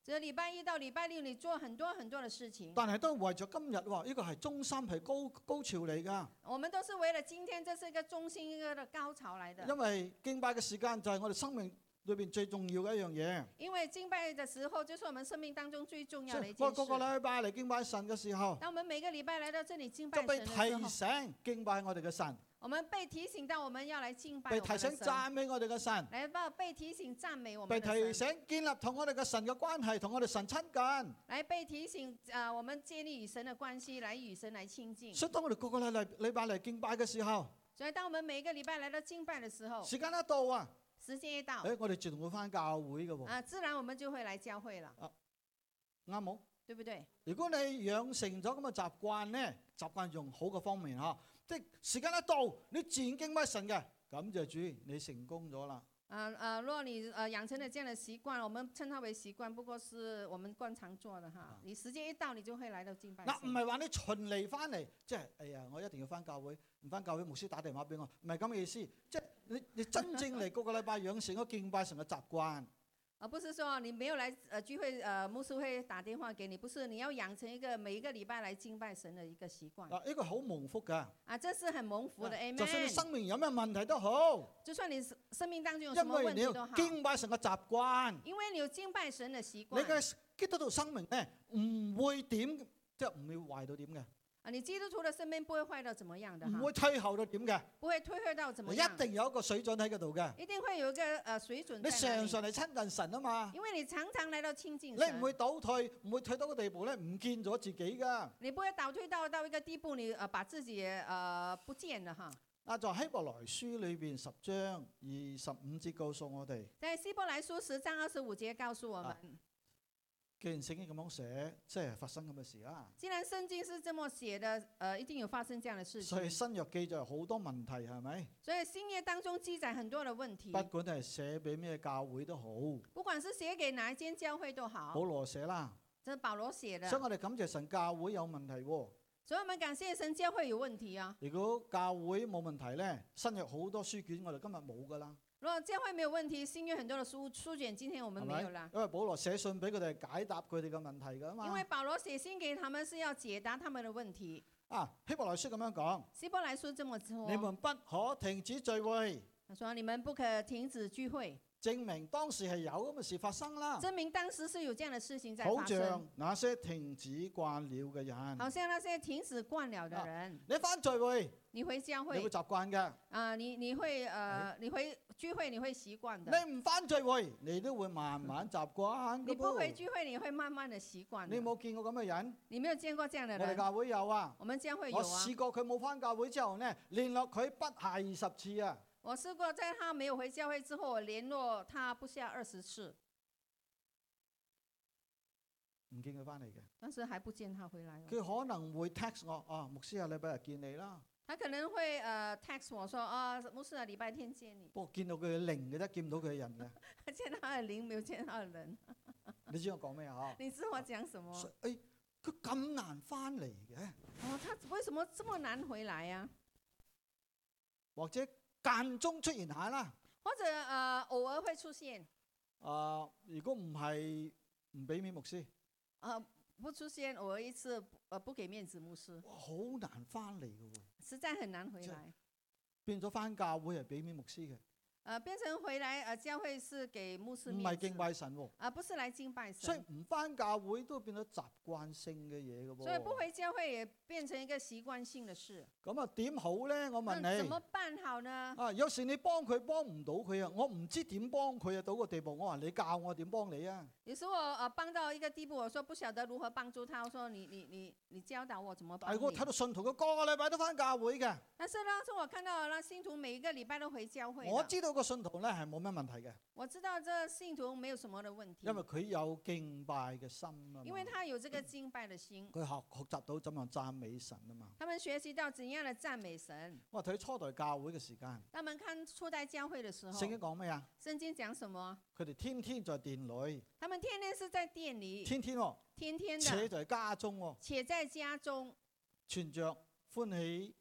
[SPEAKER 1] 只有礼拜一到礼拜六你做很多很多的事情，
[SPEAKER 2] 但係都為咗今日喎，呢、個係中心係高高潮嚟㗎，
[SPEAKER 1] 我们都是为了今天这是一个中心一个的高潮来的，
[SPEAKER 2] 因為敬拜嘅時間就係我哋生命裏邊最重要嘅一樣嘢。
[SPEAKER 1] 因为敬拜的时候就是我们生命当中最重要
[SPEAKER 2] 所
[SPEAKER 1] 的一
[SPEAKER 2] 以我
[SPEAKER 1] 件
[SPEAKER 2] 個個
[SPEAKER 1] 事。
[SPEAKER 2] 禮拜嚟敬拜神嘅時候。
[SPEAKER 1] 当我们每个礼拜来到这里敬拜
[SPEAKER 2] 就
[SPEAKER 1] 神
[SPEAKER 2] 被
[SPEAKER 1] 的时
[SPEAKER 2] 提
[SPEAKER 1] 候，
[SPEAKER 2] 醒敬拜我哋嘅神，
[SPEAKER 1] 我们被提醒到我们要来敬拜
[SPEAKER 2] 被
[SPEAKER 1] 我
[SPEAKER 2] 提
[SPEAKER 1] 们
[SPEAKER 2] 醒
[SPEAKER 1] 的神，
[SPEAKER 2] 讚美我哋嘅神，
[SPEAKER 1] 来到被提醒赞美我
[SPEAKER 2] 被
[SPEAKER 1] 们
[SPEAKER 2] 提
[SPEAKER 1] 的神。
[SPEAKER 2] 醒建立同我哋嘅神嘅關係，同我哋神親
[SPEAKER 1] 来被提醒，啊，我们建立与神的关系，来与神来亲近
[SPEAKER 2] 近。。所以當我哋個個禮禮禮拜嚟敬拜嘅時候，
[SPEAKER 1] 所以，当我们每一个礼拜来到敬拜的时候，
[SPEAKER 2] 時間一到啊，
[SPEAKER 1] 时间一到，
[SPEAKER 2] 诶，我哋自動會翻教會嘅喎，
[SPEAKER 1] 啊，自然我们就会来教会了，
[SPEAKER 2] 啱冇？
[SPEAKER 1] 对不对？
[SPEAKER 2] 如果你養成咗咁嘅習慣呢，習慣用好嘅方面吓，即係時間一到，你自然敬拜神嘅，咁就主你成功咗啦。
[SPEAKER 1] 啊啊，若你呃养成了这样的习惯，我们称它为习惯，不过是我们惯常做的哈
[SPEAKER 2] 啊。
[SPEAKER 1] 你时间一到，你就会来到敬拜
[SPEAKER 2] 嗱，
[SPEAKER 1] 神。
[SPEAKER 2] 唔係話你循例翻嚟，即係哎呀，我一定要翻教會，唔翻教會牧師打電話俾我，唔係咁嘅意思。即係你你真正嚟個個禮拜養成一個敬拜神嘅習慣，
[SPEAKER 1] 而不是说你没有来呃聚会，呃牧师会打电话给你，不是你要养成一个每一个礼拜来敬拜神的一个习惯
[SPEAKER 2] 嗱呢個好蒙福㗎。
[SPEAKER 1] 啊，这是很蒙福的。
[SPEAKER 2] 嗱就算你
[SPEAKER 1] Amen。
[SPEAKER 2] 生命有咩問題都好，
[SPEAKER 1] 就算你生生命当中有什
[SPEAKER 2] 因
[SPEAKER 1] 么
[SPEAKER 2] 為
[SPEAKER 1] 问
[SPEAKER 2] 你
[SPEAKER 1] 题都
[SPEAKER 2] 有
[SPEAKER 1] 好。
[SPEAKER 2] 敬拜神嘅習慣，
[SPEAKER 1] 因为你有敬拜神的习
[SPEAKER 2] 你
[SPEAKER 1] 惯，
[SPEAKER 2] 嘅基督徒生命咧唔會點，即係唔會壞到點嘅，
[SPEAKER 1] 啊，你基督徒的生命不会坏到怎么样的
[SPEAKER 2] 唔
[SPEAKER 1] 哈
[SPEAKER 2] 會，退後到點嘅，
[SPEAKER 1] 不會退退到怎
[SPEAKER 2] 你
[SPEAKER 1] 么样，
[SPEAKER 2] 一定有一個水準喺嗰度嘅。
[SPEAKER 1] 一定會有一個呃水準
[SPEAKER 2] 你
[SPEAKER 1] 在那
[SPEAKER 2] 常
[SPEAKER 1] 里，
[SPEAKER 2] 常嚟親近神啊嘛，
[SPEAKER 1] 因為你常常來到親近
[SPEAKER 2] 你唔
[SPEAKER 1] 神，
[SPEAKER 2] 會倒退，唔會退到個地步咧唔見咗自己㗎。
[SPEAKER 1] 你不會倒退到到一個地步，你呃把自己呃不见了哈。
[SPEAKER 2] 啊，在希伯來書裏邊十章二十五節告訴我哋，
[SPEAKER 1] 在希伯來書十章二十五節告訴我
[SPEAKER 2] 啊
[SPEAKER 1] 們，
[SPEAKER 2] 既然聖經咁樣寫，即係發生咁嘅事啦。
[SPEAKER 1] 既然聖經是這麼寫的，呃，一定有發生這樣的事
[SPEAKER 2] 所以
[SPEAKER 1] 情。
[SPEAKER 2] 新約記載好多問題係咪？
[SPEAKER 1] 所以新約當中記載很多的問題，
[SPEAKER 2] 不管係寫俾咩教會都好，
[SPEAKER 1] 不管是寫給哪一間教會都好
[SPEAKER 2] 保，羅寫啦。
[SPEAKER 1] 這是保羅寫的
[SPEAKER 2] 所以。我哋感謝神，教會有問題喎。
[SPEAKER 1] 所以我們感謝神，教會有問題啊。
[SPEAKER 2] 如果教會冇問題咧，新約好多書卷我哋今日冇㗎啦，
[SPEAKER 1] 如果教会没有问题，新约很多的书书卷今天我们
[SPEAKER 2] 係
[SPEAKER 1] 没有啦
[SPEAKER 2] 咪，？因為保羅寫信俾佢哋解答佢哋嘅問題㗎
[SPEAKER 1] 因为
[SPEAKER 2] 嘛。
[SPEAKER 1] 保罗写信给他们是要解答他们的问题。
[SPEAKER 2] 啊，希伯來書咁樣講，
[SPEAKER 1] 希伯来书这么说
[SPEAKER 2] 你，們不可停止聚會，
[SPEAKER 1] 他说你们不可停止聚会，
[SPEAKER 2] 證明當時係有咁嘅事發生啦。
[SPEAKER 1] 证明当时是有这样的事情在
[SPEAKER 2] 好
[SPEAKER 1] 发
[SPEAKER 2] 像
[SPEAKER 1] 生。
[SPEAKER 2] 那些停止慣了嘅人，
[SPEAKER 1] 好像那些停止惯了的人，
[SPEAKER 2] 你翻聚會
[SPEAKER 1] 你回教
[SPEAKER 2] 你會
[SPEAKER 1] 会
[SPEAKER 2] 習慣嘅，
[SPEAKER 1] 啊、你你会呃，你回聚会你会习惯的。
[SPEAKER 2] 你唔翻聚會你都會慢慢習慣
[SPEAKER 1] 你
[SPEAKER 2] 嘅
[SPEAKER 1] 不回
[SPEAKER 2] 噃。
[SPEAKER 1] 聚會，你会慢慢的习惯
[SPEAKER 2] 你
[SPEAKER 1] 的。
[SPEAKER 2] 有冇見過咁嘅人？
[SPEAKER 1] 你没有见过这样的
[SPEAKER 2] 我哋
[SPEAKER 1] 人，
[SPEAKER 2] 教會有啊，
[SPEAKER 1] 我们教会有
[SPEAKER 2] 我
[SPEAKER 1] 啊。
[SPEAKER 2] 試過佢冇翻教會之後呢，聯絡佢不下二十次啊。
[SPEAKER 1] 我试过在他没有回教会之后，我联络他不下二十次。
[SPEAKER 2] 唔見佢翻嚟嘅，
[SPEAKER 1] 但是還不見他回来哦。
[SPEAKER 2] 佢可能會 text 我啊，牧師啊，禮拜日見你啦。
[SPEAKER 1] 他可能會呃 text 我說啊，牧師啊，禮拜天見你。
[SPEAKER 2] 不過見到佢嘅靈嘅啫，見唔到佢嘅人嘅。
[SPEAKER 1] 他見到他的靈，沒有見到他的人。
[SPEAKER 2] 你知我講咩啊？
[SPEAKER 1] 你知我講什麼？
[SPEAKER 2] 所以哎佢咁難翻嚟嘅，
[SPEAKER 1] 哦，他為什麼這麼難回來呀、
[SPEAKER 2] 或者間中出現下啦。
[SPEAKER 1] 或者呃偶爾會出現，
[SPEAKER 2] 啊，如果唔係唔俾面牧師，
[SPEAKER 1] 啊，不出现偶尔一次，呃，不给面子牧师，
[SPEAKER 2] 哇好難翻嚟嘅喎。
[SPEAKER 1] 实在很难回
[SPEAKER 2] 这
[SPEAKER 1] 来。
[SPEAKER 2] 變咗翻教會係俾面牧師嘅，
[SPEAKER 1] 呃，变成回来，呃，教会是给牧师
[SPEAKER 2] 唔
[SPEAKER 1] 面
[SPEAKER 2] 係
[SPEAKER 1] 子
[SPEAKER 2] 敬，拜神喎。
[SPEAKER 1] 而、不是来敬拜
[SPEAKER 2] 所以
[SPEAKER 1] 神。
[SPEAKER 2] 唔翻教會都變咗習慣性嘅嘢嘅
[SPEAKER 1] 所以不
[SPEAKER 2] 喎。
[SPEAKER 1] 回教会也变成一个习惯性的事。
[SPEAKER 2] 咁啊點好咧？我問
[SPEAKER 1] 那嗯怎
[SPEAKER 2] 你
[SPEAKER 1] 么。办好呢？
[SPEAKER 2] 啊！有時你幫佢幫唔到佢啊，我唔知點幫佢啊，到個地步，我話你教我點幫你啊！
[SPEAKER 1] 有时候我呃帮到一个地步，我说不晓得如何帮助他，我说你你你你教导我怎么帮
[SPEAKER 2] 但係哎我
[SPEAKER 1] 你
[SPEAKER 2] 睇。到信徒佢個個禮拜都翻教會嘅，
[SPEAKER 1] 但是呢，是我看到那信徒每一个礼拜都回教会的，
[SPEAKER 2] 我知道個信徒咧係冇咩問題嘅，
[SPEAKER 1] 我知道这信徒没有什么的问题，
[SPEAKER 2] 因為佢有敬拜嘅心啊嘛，
[SPEAKER 1] 因为他有这个敬拜的心，
[SPEAKER 2] 佢學學習到怎樣讚美神啊嘛。
[SPEAKER 1] 他们学习到怎样的赞美神。
[SPEAKER 2] 我睇初代教會嘅時間，
[SPEAKER 1] 他们看初代教会的时候
[SPEAKER 2] 聖，經講咩啊？
[SPEAKER 1] 圣经讲什么？
[SPEAKER 2] 佢哋天天在殿裏，
[SPEAKER 1] 他们天天是在店里，
[SPEAKER 2] 天天喎，
[SPEAKER 1] 天天
[SPEAKER 2] 且
[SPEAKER 1] 的，
[SPEAKER 2] 在家中喎，
[SPEAKER 1] 且在家中，
[SPEAKER 2] 存着歡喜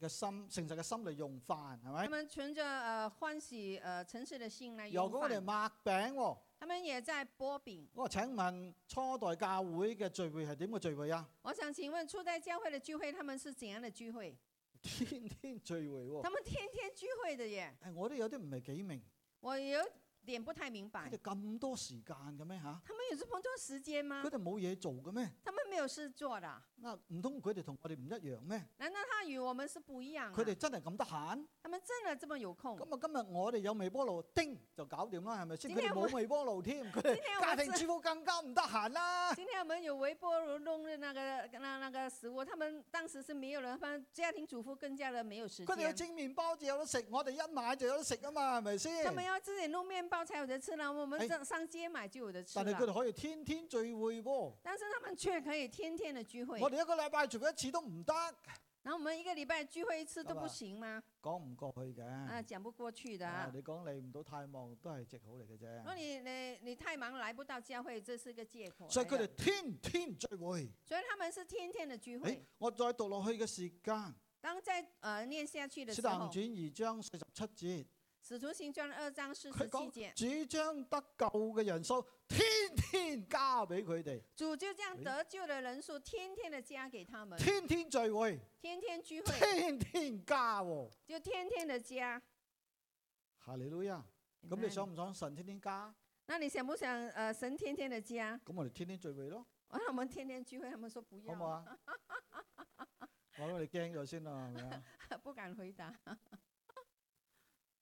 [SPEAKER 2] 嘅心、誠實嘅心嚟用飯，係
[SPEAKER 1] 他
[SPEAKER 2] 咪？
[SPEAKER 1] 们存着呃欢喜呃诚实的心来
[SPEAKER 2] 又
[SPEAKER 1] 用
[SPEAKER 2] 講我哋
[SPEAKER 1] 饭。
[SPEAKER 2] 擘餅喎。
[SPEAKER 1] 他们也在波饼。
[SPEAKER 2] 我請問初代教會嘅聚會係點嘅聚會啊？
[SPEAKER 1] 我想请问初代教会的聚会，他们是怎样的聚会？
[SPEAKER 2] 天天聚會喎、
[SPEAKER 1] 他们天天聚会的耶，
[SPEAKER 2] 係我都有啲唔係幾明，
[SPEAKER 1] 我有點不太明
[SPEAKER 2] 佢
[SPEAKER 1] 白
[SPEAKER 2] 哋，咁多時間嘅咩吓？
[SPEAKER 1] 他们有这么多时间吗
[SPEAKER 2] 佢？哋冇嘢做嘅咩？
[SPEAKER 1] 他们没有事做的啊，
[SPEAKER 2] 嗱，唔通佢哋同我哋唔一樣咩？
[SPEAKER 1] 难道他与我们是不一样、啊？
[SPEAKER 2] 佢哋真係咁得閒？
[SPEAKER 1] 他们真的这么有空？
[SPEAKER 2] 咁啊，今日我哋有微波爐，叮就搞掂啦，係咪先？
[SPEAKER 1] 今
[SPEAKER 2] 佢哋
[SPEAKER 1] 天我
[SPEAKER 2] 冇微波爐添，佢哋
[SPEAKER 1] 今天我
[SPEAKER 2] 家庭
[SPEAKER 1] 是
[SPEAKER 2] 主婦更加唔得閒啦。
[SPEAKER 1] 今天我们有微波炉弄的那个那那个食物，他们当时是没有人，他们家庭主妇更加的没有时
[SPEAKER 2] 佢哋有
[SPEAKER 1] 间。
[SPEAKER 2] 蒸麵包就有得食，我哋一買就有得食啊嘛，
[SPEAKER 1] 他
[SPEAKER 2] 係咪
[SPEAKER 1] 们
[SPEAKER 2] 先？
[SPEAKER 1] 要自己弄面包才有的吃呢，我
[SPEAKER 2] 哎
[SPEAKER 1] 们上上街买就有的吃
[SPEAKER 2] 但係佢
[SPEAKER 1] 了。
[SPEAKER 2] 哋可以天天聚會喎、
[SPEAKER 1] 但是他们却可以天天的聚会
[SPEAKER 2] 我，哋一個禮拜聚會一次都唔得，
[SPEAKER 1] 然后我们一个礼拜聚会一次都
[SPEAKER 2] 干嘛
[SPEAKER 1] 不行吗？
[SPEAKER 2] 講唔過去嘅。
[SPEAKER 1] 啊，讲不过去的
[SPEAKER 2] 嗯啊
[SPEAKER 1] 啊。
[SPEAKER 2] 你講你唔到太望都係藉口嚟嘅
[SPEAKER 1] 如果
[SPEAKER 2] 啫。
[SPEAKER 1] 你你你太忙来不到教会，这是个借口来的。
[SPEAKER 2] 所以佢哋天天聚會。
[SPEAKER 1] 所以他们是天天的聚
[SPEAKER 2] 誒
[SPEAKER 1] 会。，
[SPEAKER 2] 我再讀落去嘅時間，
[SPEAKER 1] 当在呃念下去
[SPEAKER 2] 《
[SPEAKER 1] 的
[SPEAKER 2] 使
[SPEAKER 1] 时
[SPEAKER 2] 徒行
[SPEAKER 1] 候，《
[SPEAKER 2] 傳》二章四十七節，
[SPEAKER 1] 使徒行传》二章四
[SPEAKER 2] 佢
[SPEAKER 1] 十七
[SPEAKER 2] 講
[SPEAKER 1] 节，
[SPEAKER 2] 主將得救嘅人數天天加俾佢哋，
[SPEAKER 1] 主就将
[SPEAKER 2] 哎
[SPEAKER 1] 得救的人数天天的加给他们，
[SPEAKER 2] 天天聚會，
[SPEAKER 1] 天天聚会
[SPEAKER 2] 天天加喎。
[SPEAKER 1] 就天天的加。
[SPEAKER 2] 哈利路亞！咁你
[SPEAKER 1] Amen
[SPEAKER 2] 想唔想神天天加？
[SPEAKER 1] 那你想不想呃神天天的加？
[SPEAKER 2] 咁我哋天天聚會咯，
[SPEAKER 1] 啊，我们天天聚会，他们说不
[SPEAKER 2] 好
[SPEAKER 1] 要，
[SPEAKER 2] 唔好啊？我諗你驚咗先啦，係咪啊？
[SPEAKER 1] 不敢回答。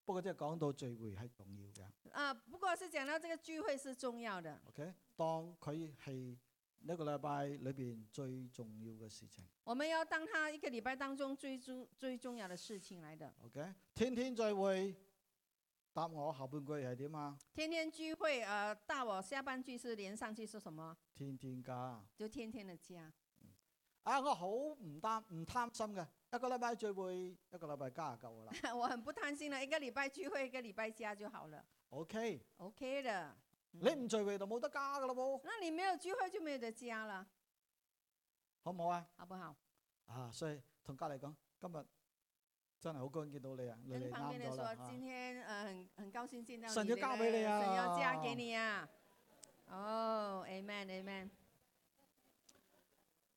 [SPEAKER 2] 不過即係講到聚會係重要嘅。
[SPEAKER 1] 啊，不过是讲到这个聚会是重要的，
[SPEAKER 2] OK，當佢係一個禮拜裏邊最重要嘅事情。
[SPEAKER 1] 我们要当他一个礼拜当中最重最重要的事情来的。
[SPEAKER 2] OK，天天聚會，答我下半句係點啊？
[SPEAKER 1] 天天聚会，呃，大我下半句是连上去是什么？
[SPEAKER 2] 天天加啊！
[SPEAKER 1] 就天天的加。
[SPEAKER 2] 我好唔擔唔貪心嘅，一個禮拜聚會，一個禮拜加就夠噶 啦。
[SPEAKER 1] 我很不贪心啊了，一个礼拜聚会，一个礼拜加就好了
[SPEAKER 2] OK，、
[SPEAKER 1] ，OK 的。嗯
[SPEAKER 2] 你唔聚會就冇得加噶啦喎，
[SPEAKER 1] 那你没有聚会就没有得加了，
[SPEAKER 2] 好唔好啊？
[SPEAKER 1] 好不好？
[SPEAKER 2] 啊，所以同隔離講，今日真係好高興見到你啊！你
[SPEAKER 1] 跟
[SPEAKER 2] 哋
[SPEAKER 1] 旁
[SPEAKER 2] 啱
[SPEAKER 1] 边的
[SPEAKER 2] 咗啦啊
[SPEAKER 1] 说，
[SPEAKER 2] 嚇
[SPEAKER 1] 今天呃很很高兴见到你，
[SPEAKER 2] 神就
[SPEAKER 1] 对
[SPEAKER 2] 嫁
[SPEAKER 1] 不对
[SPEAKER 2] 俾你啊
[SPEAKER 1] 神要嫁给你啊。哦、a m e n Amen。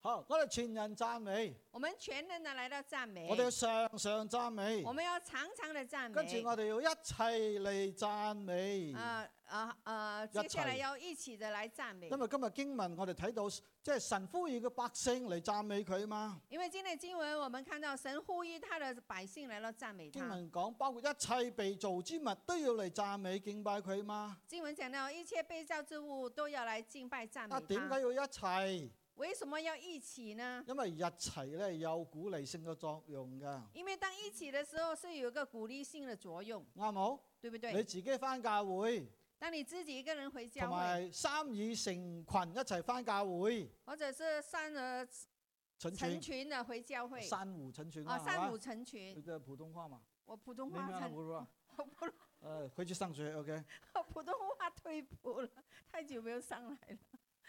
[SPEAKER 2] 好，我哋全人讚美，
[SPEAKER 1] 我们全能的来到赞美，
[SPEAKER 2] 我哋要常常讚美
[SPEAKER 1] 我，们要常常的赞美。
[SPEAKER 2] 跟住我哋要一齊嚟讚美。
[SPEAKER 1] 啊啊啊！
[SPEAKER 2] 一
[SPEAKER 1] 接下来
[SPEAKER 2] 齊
[SPEAKER 1] 要一起的来赞美
[SPEAKER 2] 因，為今日經文我哋睇到，即係神呼籲嘅百姓嚟讚美佢嘛。
[SPEAKER 1] 因为今天的经文我们看到神呼吁他的百姓来到赞美
[SPEAKER 2] 經
[SPEAKER 1] 他。
[SPEAKER 2] 文講，包括一切被造之物都要嚟讚美敬拜佢嘛。
[SPEAKER 1] 经文讲到，一切被造之物都要来敬拜赞美
[SPEAKER 2] 啊，點
[SPEAKER 1] 他
[SPEAKER 2] 解。要一齊？
[SPEAKER 1] 为什么要一起呢？
[SPEAKER 2] 因為一齊咧有鼓勵性嘅作用㗎，
[SPEAKER 1] 因为当一起的时候是有一个鼓励性的作用，
[SPEAKER 2] 啱好？
[SPEAKER 1] 对不
[SPEAKER 2] 你
[SPEAKER 1] 对？
[SPEAKER 2] 自己翻教會，
[SPEAKER 1] 当你自己一个人回
[SPEAKER 2] 同
[SPEAKER 1] 教会，
[SPEAKER 2] 埋三耳成群一齊翻教會，
[SPEAKER 1] 或者是三呃成
[SPEAKER 2] 蠢串
[SPEAKER 1] 群的回教会，
[SPEAKER 2] 珊瑚蠢串
[SPEAKER 1] 啊，
[SPEAKER 2] 啦，
[SPEAKER 1] 三五
[SPEAKER 2] 係嘛？
[SPEAKER 1] 成
[SPEAKER 2] 你
[SPEAKER 1] 群。
[SPEAKER 2] 嘅普通話嘛？
[SPEAKER 1] 我普通
[SPEAKER 2] 你
[SPEAKER 1] 话
[SPEAKER 2] 咩啊
[SPEAKER 1] 才
[SPEAKER 2] 普，通話？誒，佢只生水 OK。
[SPEAKER 1] 我普通话退步了，太久没有上来了。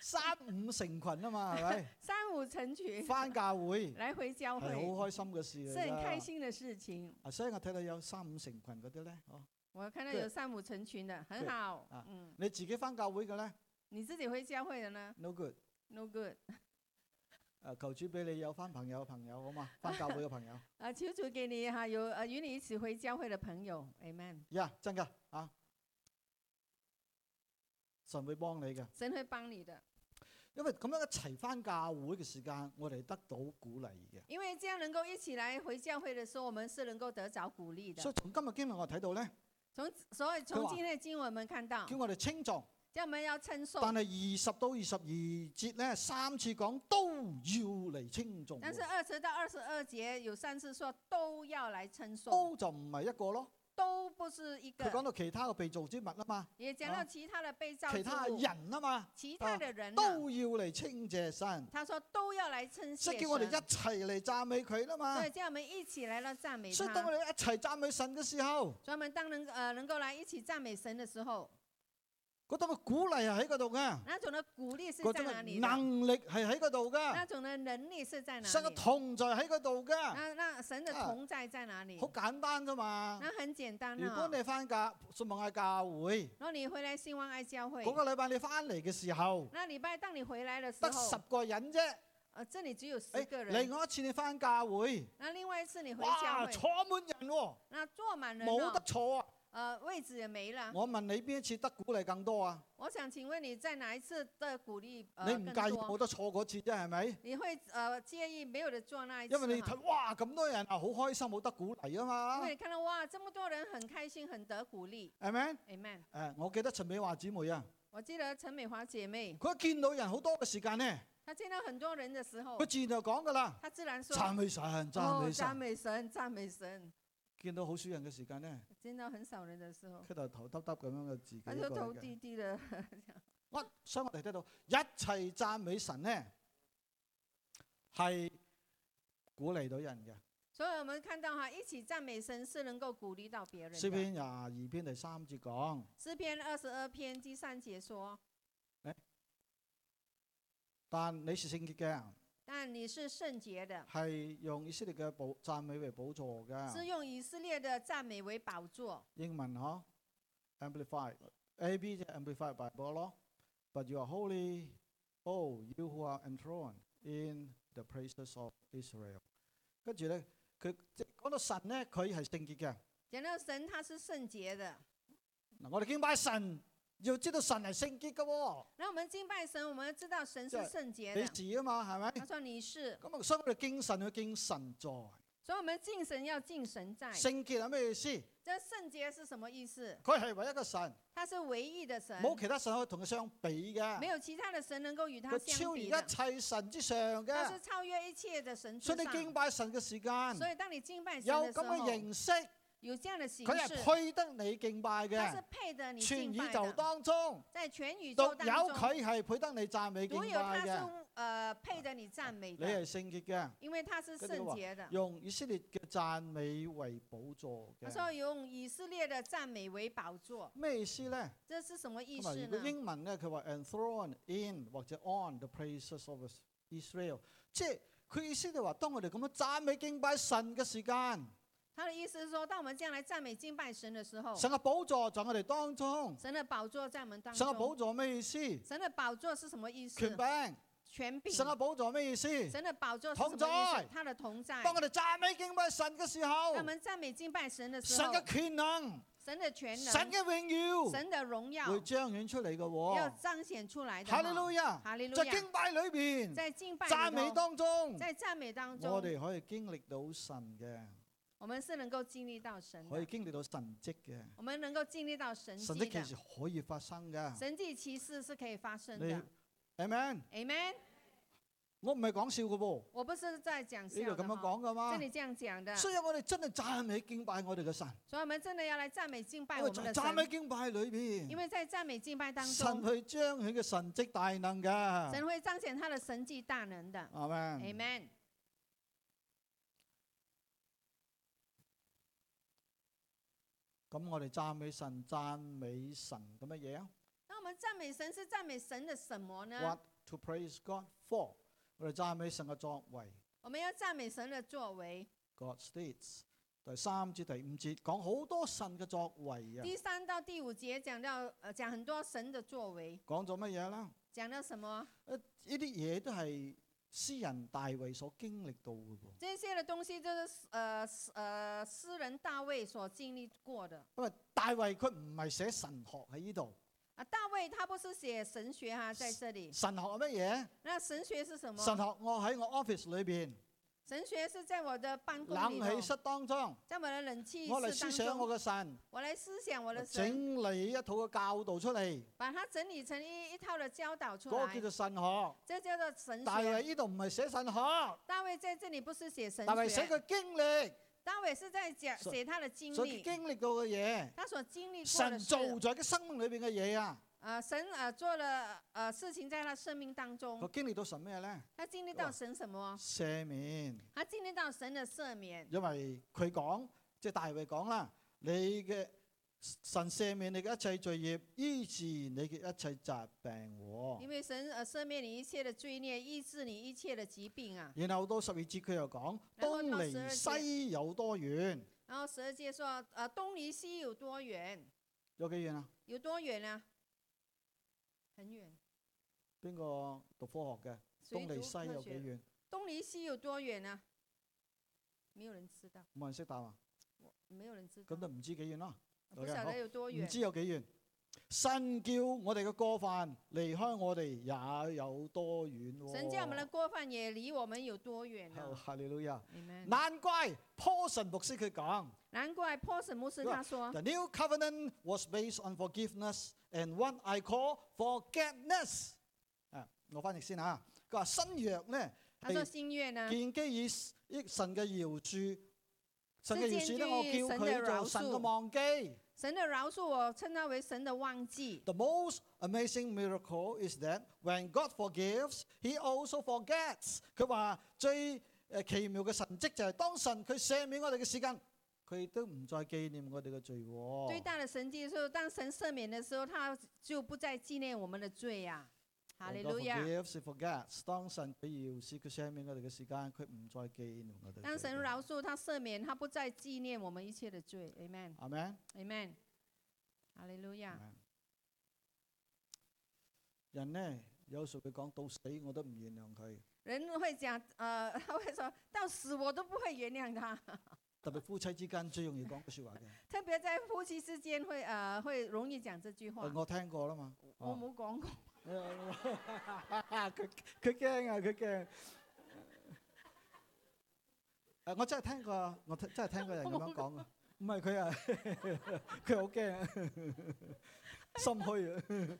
[SPEAKER 2] 三五成群 啊嘛，係咪？
[SPEAKER 1] 三五成群
[SPEAKER 2] 翻 教會。
[SPEAKER 1] 来回教
[SPEAKER 2] 係
[SPEAKER 1] 会
[SPEAKER 2] 好開心嘅事嚟啊哎
[SPEAKER 1] 是很
[SPEAKER 2] 㗎
[SPEAKER 1] 开心的事情，
[SPEAKER 2] 啊，所以我睇到有三五成群嗰啲咧，哦，
[SPEAKER 1] 我看到有散母成群的，很好
[SPEAKER 2] 啊。
[SPEAKER 1] 嗯，
[SPEAKER 2] 你自己翻教會嘅呢
[SPEAKER 1] 你自己回教会的呢
[SPEAKER 2] n o good。
[SPEAKER 1] ？No good。
[SPEAKER 2] 誒，求主俾你有翻朋友嘅朋友好嘛，翻教會嘅朋友。
[SPEAKER 1] 啊，求主给你哈、有呃与你一起回教会的朋友，Amen。
[SPEAKER 2] 呀，真㗎啊！神會幫你嘅，
[SPEAKER 1] 神会幫你的，
[SPEAKER 2] 因為咁樣一齊翻教會嘅時間，我哋得到鼓勵嘅。
[SPEAKER 1] 因为这样能够一起来回教会的时候，我们是能够得着鼓励的
[SPEAKER 2] 所。以從今日經文我睇到咧，
[SPEAKER 1] 从所以
[SPEAKER 2] 佢
[SPEAKER 1] 从
[SPEAKER 2] 話
[SPEAKER 1] 今天的经文我们看到
[SPEAKER 2] 叫，我哋稱重，
[SPEAKER 1] 叫我们要称颂，
[SPEAKER 2] 但係二十到二十二節咧三次講都要嚟稱重喎，
[SPEAKER 1] 但是二十到二十二节有三次说都要来称颂，
[SPEAKER 2] 都就唔係一個咯。
[SPEAKER 1] 都不是一
[SPEAKER 2] 佢
[SPEAKER 1] 个，
[SPEAKER 2] 講到其他嘅被造之物啊嘛，
[SPEAKER 1] 也讲到其他的被造之
[SPEAKER 2] 其他
[SPEAKER 1] 物，
[SPEAKER 2] 人啊嘛，
[SPEAKER 1] 其他的人呢、啊
[SPEAKER 2] 都要嚟稱謝神，
[SPEAKER 1] 他说都要来称
[SPEAKER 2] 即
[SPEAKER 1] 谢
[SPEAKER 2] 係叫我
[SPEAKER 1] 神，
[SPEAKER 2] 哋一齊嚟讚美佢啦嘛
[SPEAKER 1] 对，。叫我们一起来到赞美
[SPEAKER 2] 啊所以當我
[SPEAKER 1] 他。
[SPEAKER 2] 哋一齊讚美神嘅時候，
[SPEAKER 1] 专门当能呃能够来一起赞美神的时候，
[SPEAKER 2] 嗰種嘅鼓勵係喺嗰度嘅。
[SPEAKER 1] 那种的鼓励是
[SPEAKER 2] 嗰
[SPEAKER 1] 在
[SPEAKER 2] 種
[SPEAKER 1] 哪
[SPEAKER 2] 嘅
[SPEAKER 1] 里的？
[SPEAKER 2] 能力係喺嗰度
[SPEAKER 1] 那
[SPEAKER 2] 㗎，
[SPEAKER 1] 种的能力是在哪
[SPEAKER 2] 神嘅
[SPEAKER 1] 里？
[SPEAKER 2] 同在喺嗰度㗎，
[SPEAKER 1] 那那神的
[SPEAKER 2] 啊
[SPEAKER 1] 同在在哪里
[SPEAKER 2] 好？簡單啫嘛。
[SPEAKER 1] 那很简单
[SPEAKER 2] 如果
[SPEAKER 1] 啊。
[SPEAKER 2] 你翻教信望嗌教會，
[SPEAKER 1] 然后你回来兴旺爱教会
[SPEAKER 2] 嗰，個禮拜你翻嚟嘅時候，
[SPEAKER 1] 那礼拜当你回来的时
[SPEAKER 2] 得十
[SPEAKER 1] 候，
[SPEAKER 2] 個人啫。
[SPEAKER 1] 呃，这里只有十
[SPEAKER 2] 誒
[SPEAKER 1] 个人。
[SPEAKER 2] 另外一次你翻教會，
[SPEAKER 1] 那另外一次你回教
[SPEAKER 2] 哇，
[SPEAKER 1] 会，
[SPEAKER 2] 坐滿人喎，
[SPEAKER 1] 那坐满人
[SPEAKER 2] 冇得
[SPEAKER 1] 了，
[SPEAKER 2] 坐啊！
[SPEAKER 1] 呃，位置也没了。
[SPEAKER 2] 我問你邊一次得鼓勵更多啊？
[SPEAKER 1] 我想请问你在哪一次的鼓励呃
[SPEAKER 2] 你唔
[SPEAKER 1] Ờ, 更
[SPEAKER 2] 介意
[SPEAKER 1] 多？
[SPEAKER 2] 冇得坐嗰次啫，係咪？
[SPEAKER 1] 你会呃介意没有的坐那一次啊
[SPEAKER 2] 因
[SPEAKER 1] 哈？
[SPEAKER 2] 為你睇哇咁多人啊，好開心，冇得鼓勵啊
[SPEAKER 1] 因
[SPEAKER 2] 嘛
[SPEAKER 1] 为，你看到哇这么多人很开心，很得鼓励
[SPEAKER 2] 係咪？
[SPEAKER 1] ，Amen。
[SPEAKER 2] 誒，我記得陳美華姊妹啊，
[SPEAKER 1] 我记得陈美华姐妹，
[SPEAKER 2] 佢一見到人好多嘅時間咧。
[SPEAKER 1] 她见到很多人的时候
[SPEAKER 2] 佢，自然就講噶啦，
[SPEAKER 1] 她自然说：
[SPEAKER 2] 讚美神，讚
[SPEAKER 1] 哦，
[SPEAKER 2] 美
[SPEAKER 1] 赞
[SPEAKER 2] 神。
[SPEAKER 1] 美神，赞美神。
[SPEAKER 2] 見到好少人嘅時間咧，
[SPEAKER 1] 见到很少人的时候，
[SPEAKER 2] 佢就頭耷耷咁樣嘅自己一個
[SPEAKER 1] 她就头
[SPEAKER 2] 嚟嘅。
[SPEAKER 1] 低低的。
[SPEAKER 2] 我所以我哋睇到一切讚美神咧，係鼓勵到人嘅。
[SPEAKER 1] 所以我们看到哈，一起赞美神是能够鼓励到别人
[SPEAKER 2] 詩
[SPEAKER 1] 的。
[SPEAKER 2] 篇廿二篇第三節講，
[SPEAKER 1] 诗篇二十二篇第三节说
[SPEAKER 2] 但你是聖潔嘅，：“
[SPEAKER 1] 但你是圣洁的，
[SPEAKER 2] 係用以色列嘅寶讚美為寶座
[SPEAKER 1] 是
[SPEAKER 2] 嘅。
[SPEAKER 1] 用以色列的赞美为宝座。
[SPEAKER 2] 英文嗬，amplified A B 就 amplified Bible 咯。But you are holy, oh you who are enthroned in the praises of Israel。跟住咧，佢即係講到神咧，佢係聖潔嘅。”
[SPEAKER 1] 讲到神，他是圣洁的。
[SPEAKER 2] 嗱，我哋敬拜神，要知道神係聖潔嘅喎，
[SPEAKER 1] 那我们敬拜神，我们知道神是
[SPEAKER 2] 对
[SPEAKER 1] 圣洁的。
[SPEAKER 2] 你是啊嘛，係咪？
[SPEAKER 1] 他说：“你是。
[SPEAKER 2] 咁啊，所以我哋敬神要敬神在。”
[SPEAKER 1] 所以，我们敬神要敬神在。
[SPEAKER 2] 聖潔係咩意思？
[SPEAKER 1] 这圣洁是什么意思？
[SPEAKER 2] 佢係唯一嘅神，
[SPEAKER 1] 他是唯一的神，
[SPEAKER 2] 冇其他神可以同佢相比
[SPEAKER 1] 没
[SPEAKER 2] 嘅。
[SPEAKER 1] 有其他的神能够与他
[SPEAKER 2] 佢
[SPEAKER 1] 相
[SPEAKER 2] 超越
[SPEAKER 1] 比
[SPEAKER 2] 一
[SPEAKER 1] 的。
[SPEAKER 2] 切神之上
[SPEAKER 1] 他是
[SPEAKER 2] 嘅，
[SPEAKER 1] 超越一切的神之
[SPEAKER 2] 所
[SPEAKER 1] 上
[SPEAKER 2] 以。你敬拜神嘅時間。
[SPEAKER 1] 所以，当你敬拜神
[SPEAKER 2] 有
[SPEAKER 1] 的
[SPEAKER 2] 咁
[SPEAKER 1] 时候，
[SPEAKER 2] 嘅形式，
[SPEAKER 1] 有这样的形
[SPEAKER 2] 佢
[SPEAKER 1] 式，
[SPEAKER 2] 係配得你敬拜
[SPEAKER 1] 它是
[SPEAKER 2] 嘅。
[SPEAKER 1] 配得你
[SPEAKER 2] 全
[SPEAKER 1] 敬
[SPEAKER 2] 宇
[SPEAKER 1] 拜
[SPEAKER 2] 宙
[SPEAKER 1] 的，
[SPEAKER 2] 當中，
[SPEAKER 1] 在全宇
[SPEAKER 2] 獨
[SPEAKER 1] 宙当
[SPEAKER 2] 有
[SPEAKER 1] 中，
[SPEAKER 2] 佢係配得你讚美敬
[SPEAKER 1] 独有
[SPEAKER 2] 拜
[SPEAKER 1] 他
[SPEAKER 2] 嘅。
[SPEAKER 1] 是呃配得你赞美
[SPEAKER 2] 你
[SPEAKER 1] 的，
[SPEAKER 2] 係聖潔嘅，
[SPEAKER 1] 因为他是
[SPEAKER 2] 跟这个
[SPEAKER 1] 圣
[SPEAKER 2] 吧
[SPEAKER 1] 洁的。
[SPEAKER 2] 用以色列嘅讚美為寶座
[SPEAKER 1] 他说
[SPEAKER 2] 嘅。
[SPEAKER 1] 用以色列的赞美为宝座，
[SPEAKER 2] 咩意思咧？
[SPEAKER 1] 这是什么意
[SPEAKER 2] 咁啊，
[SPEAKER 1] 思
[SPEAKER 2] 如果
[SPEAKER 1] 呢？
[SPEAKER 2] 英文咧，佢話 enthroned in 或者 on the praises of Israel，即係佢意思就話，當我哋咁樣讚美敬拜神嘅時間，
[SPEAKER 1] 他的意思是说，当我们将来赞美敬拜神的时候，
[SPEAKER 2] 神嘅寶座在我哋當中。
[SPEAKER 1] 神的宝座在我们当
[SPEAKER 2] 神嘅寶
[SPEAKER 1] 中。
[SPEAKER 2] 座咩意思？
[SPEAKER 1] 神的宝座是什么意思？
[SPEAKER 2] 權柄。
[SPEAKER 1] 权柄。
[SPEAKER 2] 神嘅寶座咩意思？
[SPEAKER 1] 神的宝座是什
[SPEAKER 2] 同
[SPEAKER 1] 么
[SPEAKER 2] 在
[SPEAKER 1] 意思？他的同在。
[SPEAKER 2] 当
[SPEAKER 1] 当
[SPEAKER 2] 我哋赞美敬拜神嘅时候，
[SPEAKER 1] 我们赞美敬拜神的时
[SPEAKER 2] 神
[SPEAKER 1] 候，
[SPEAKER 2] 嘅权能、
[SPEAKER 1] 神的全能、
[SPEAKER 2] 神嘅荣耀
[SPEAKER 1] 神的荣耀
[SPEAKER 2] 会彰显出嚟嘅
[SPEAKER 1] 要
[SPEAKER 2] 喎。
[SPEAKER 1] 彰显出来的哈。
[SPEAKER 2] 哈利路亚！
[SPEAKER 1] 哈利路
[SPEAKER 2] 在
[SPEAKER 1] 亚！
[SPEAKER 2] 敬拜里边，
[SPEAKER 1] 在敬拜
[SPEAKER 2] 赞
[SPEAKER 1] 里
[SPEAKER 2] 美
[SPEAKER 1] 头，
[SPEAKER 2] 当中，
[SPEAKER 1] 在赞美当
[SPEAKER 2] 我
[SPEAKER 1] 中，
[SPEAKER 2] 哋可以经历到神嘅，
[SPEAKER 1] 我们是能够经历到神
[SPEAKER 2] 可以
[SPEAKER 1] 的，
[SPEAKER 2] 经历到神迹嘅，
[SPEAKER 1] 我们能够经历到神
[SPEAKER 2] 神
[SPEAKER 1] 迹
[SPEAKER 2] 迹其
[SPEAKER 1] 的，
[SPEAKER 2] 实可以发生嘅。
[SPEAKER 1] 神迹奇事是可以发生
[SPEAKER 2] 你
[SPEAKER 1] 的。
[SPEAKER 2] Amen！
[SPEAKER 1] Amen。
[SPEAKER 2] 我唔系讲笑嘅噃，
[SPEAKER 1] 我不是在讲
[SPEAKER 2] 呢
[SPEAKER 1] 笑
[SPEAKER 2] 度
[SPEAKER 1] 的
[SPEAKER 2] 咁样
[SPEAKER 1] 哈，
[SPEAKER 2] 讲噶啊
[SPEAKER 1] 这
[SPEAKER 2] 嘛。
[SPEAKER 1] 里这样讲的，所
[SPEAKER 2] 所以我哋真系赞美敬拜我哋嘅神，
[SPEAKER 1] 以我们真的要来赞美敬拜
[SPEAKER 2] 因
[SPEAKER 1] 我
[SPEAKER 2] 为
[SPEAKER 1] 们的
[SPEAKER 2] 在赞美
[SPEAKER 1] 神，
[SPEAKER 2] 敬拜里
[SPEAKER 1] 因
[SPEAKER 2] 边，
[SPEAKER 1] 为在赞美敬拜当
[SPEAKER 2] 神
[SPEAKER 1] 中，
[SPEAKER 2] 去彰显嘅神迹大能嘅。
[SPEAKER 1] 神会彰显他的神迹大能的。
[SPEAKER 2] 阿门。
[SPEAKER 1] Amen。
[SPEAKER 2] 咁我哋讚美神，讚美神咁乜嘢啊
[SPEAKER 1] 那我们赞美神是赞美神的什么呢
[SPEAKER 2] ？What？to praise God for？我哋讚美神嘅作為
[SPEAKER 1] 我们要赞美神的作为。
[SPEAKER 2] ，God states 第三節、第五節講好多神嘅作為啊，
[SPEAKER 1] 第三到第五节讲到呃讲很多神的作为，
[SPEAKER 2] 講咗乜嘢啦？
[SPEAKER 1] 讲到什么？
[SPEAKER 2] 呃呢啲嘢都係詩人大衛所經歷到嘅喎，
[SPEAKER 1] 这些的东西就是呃呃诗人大卫所经历过的
[SPEAKER 2] 因為大衛佢唔係寫神學喺呢度，
[SPEAKER 1] 啊。大卫他不是寫神學哈、在这里，
[SPEAKER 2] 神學係乜嘢？
[SPEAKER 1] 那神學是什
[SPEAKER 2] 神
[SPEAKER 1] 么？
[SPEAKER 2] 學我喺我 office 裏邊
[SPEAKER 1] 神學是在我的办公里
[SPEAKER 2] 冷氣
[SPEAKER 1] 头，
[SPEAKER 2] 室當中，
[SPEAKER 1] 在我的冷气
[SPEAKER 2] 我嚟思
[SPEAKER 1] 室
[SPEAKER 2] 想
[SPEAKER 1] 当
[SPEAKER 2] 我
[SPEAKER 1] 中，
[SPEAKER 2] 嘅神，
[SPEAKER 1] 我来思想我的神，
[SPEAKER 2] 整理一套嘅教導出嚟，
[SPEAKER 1] 把它整理成一一套的教导出
[SPEAKER 2] 嗰個叫
[SPEAKER 1] 来，
[SPEAKER 2] 做神學。
[SPEAKER 1] 这叫做神
[SPEAKER 2] 但係
[SPEAKER 1] 學。
[SPEAKER 2] 呢度唔係寫神學，
[SPEAKER 1] 大卫在这里不是寫神
[SPEAKER 2] 但係寫
[SPEAKER 1] 學，
[SPEAKER 2] 佢經歷，
[SPEAKER 1] 大卫是在讲
[SPEAKER 2] 所
[SPEAKER 1] 写他的经
[SPEAKER 2] 所以佢
[SPEAKER 1] 历，
[SPEAKER 2] 經歷到嘅嘢，
[SPEAKER 1] 他所经历过
[SPEAKER 2] 神
[SPEAKER 1] 的
[SPEAKER 2] 做
[SPEAKER 1] 事，
[SPEAKER 2] 在佢生命裏邊嘅嘢啊，
[SPEAKER 1] 呃，神呃做了呃事情在他生命当中
[SPEAKER 2] 佢，經歷到神咩咧？
[SPEAKER 1] 他经历到神什么？
[SPEAKER 2] 赦免，
[SPEAKER 1] 他经历到神的赦免。
[SPEAKER 2] 因為佢講，即係大衛講啦，你嘅神赦免你嘅一切罪孽，醫治你嘅一切疾病
[SPEAKER 1] 因
[SPEAKER 2] 喎。
[SPEAKER 1] 为神呃赦免你一切的罪孽，医治你一切的疾病啊。
[SPEAKER 2] 然後到十二節佢又講，
[SPEAKER 1] 然後
[SPEAKER 2] 東
[SPEAKER 1] 到
[SPEAKER 2] 離
[SPEAKER 1] 十二節
[SPEAKER 2] 西有多遠？
[SPEAKER 1] 然后十二节说，呃，东离西有多远？
[SPEAKER 2] 有幾遠啊？
[SPEAKER 1] 有多远呢、很远。
[SPEAKER 2] 邊個讀科學嘅？
[SPEAKER 1] 谁
[SPEAKER 2] 東離
[SPEAKER 1] 读
[SPEAKER 2] 西
[SPEAKER 1] 科
[SPEAKER 2] 有幾
[SPEAKER 1] 学？
[SPEAKER 2] 遠？
[SPEAKER 1] 东离西有多远呢、没有人知道，
[SPEAKER 2] 冇人識答啊，
[SPEAKER 1] 我没有人知道
[SPEAKER 2] 咁，就唔知幾遠啦。
[SPEAKER 1] 不晓
[SPEAKER 2] 好
[SPEAKER 1] 得有多
[SPEAKER 2] 唔
[SPEAKER 1] 哦远。
[SPEAKER 2] 知有幾遠？神叫我哋嘅過犯離開我哋也有多遠喎、
[SPEAKER 1] 神叫我们的过犯也离我们有多远呢、嗯
[SPEAKER 2] 哈哈利路亞！
[SPEAKER 1] Amen
[SPEAKER 2] 難怪 Paulson 牧師佢講
[SPEAKER 1] 难怪 p a u s 牧师他说，
[SPEAKER 2] ：The new covenant was based on forgiveness and what I call forgetness。啊，我翻譯先嚇。佢話新約咧
[SPEAKER 1] 他说新月呢，
[SPEAKER 2] 建基於神嘅饒恕，神嘅饒恕
[SPEAKER 1] 是建基於
[SPEAKER 2] 咧，我叫
[SPEAKER 1] 神嘅
[SPEAKER 2] 佢
[SPEAKER 1] 饒
[SPEAKER 2] 做神嘅
[SPEAKER 1] 恕
[SPEAKER 2] 忘記。
[SPEAKER 1] 神的饶恕我称它为神的忘记。
[SPEAKER 2] The most amazing miracle is that when God forgives, He also forgets。佢話最誒奇妙嘅神蹟就係當神佢赦免我哋嘅時間，佢都唔再紀念我哋嘅罪喎。
[SPEAKER 1] 最大的神迹就是当神赦免的时候，他就不再纪念我们的罪呀、啊。哈
[SPEAKER 2] When
[SPEAKER 1] 利
[SPEAKER 2] God
[SPEAKER 1] 路亚！
[SPEAKER 2] forgives, He forgets。當神佢饒恕佢赦免我哋嘅時間，佢唔再紀念我哋嘅罪。
[SPEAKER 1] 当神饶恕他赦免，他不再纪念我们一切的罪。Amen，Amen，
[SPEAKER 2] 阿咩？
[SPEAKER 1] 哈利路亚！
[SPEAKER 2] Amen 人呢，有時佢講到死我都唔原諒佢，
[SPEAKER 1] 人会讲，呃， 他会说到死我都不会原谅他，
[SPEAKER 2] 特別夫妻之間最容易講嘅説話嘅。
[SPEAKER 1] 特别在夫妻之间会，呃，会容易讲这句话。
[SPEAKER 2] 我聽過啦嘛。
[SPEAKER 1] 我
[SPEAKER 2] 哦
[SPEAKER 1] 冇讲过，
[SPEAKER 2] 佢佢驚啊！佢驚。誒，我真係聽過，我聽真係聽過人咁樣講啊！唔係佢 啊，佢好驚 啊，心虛啊。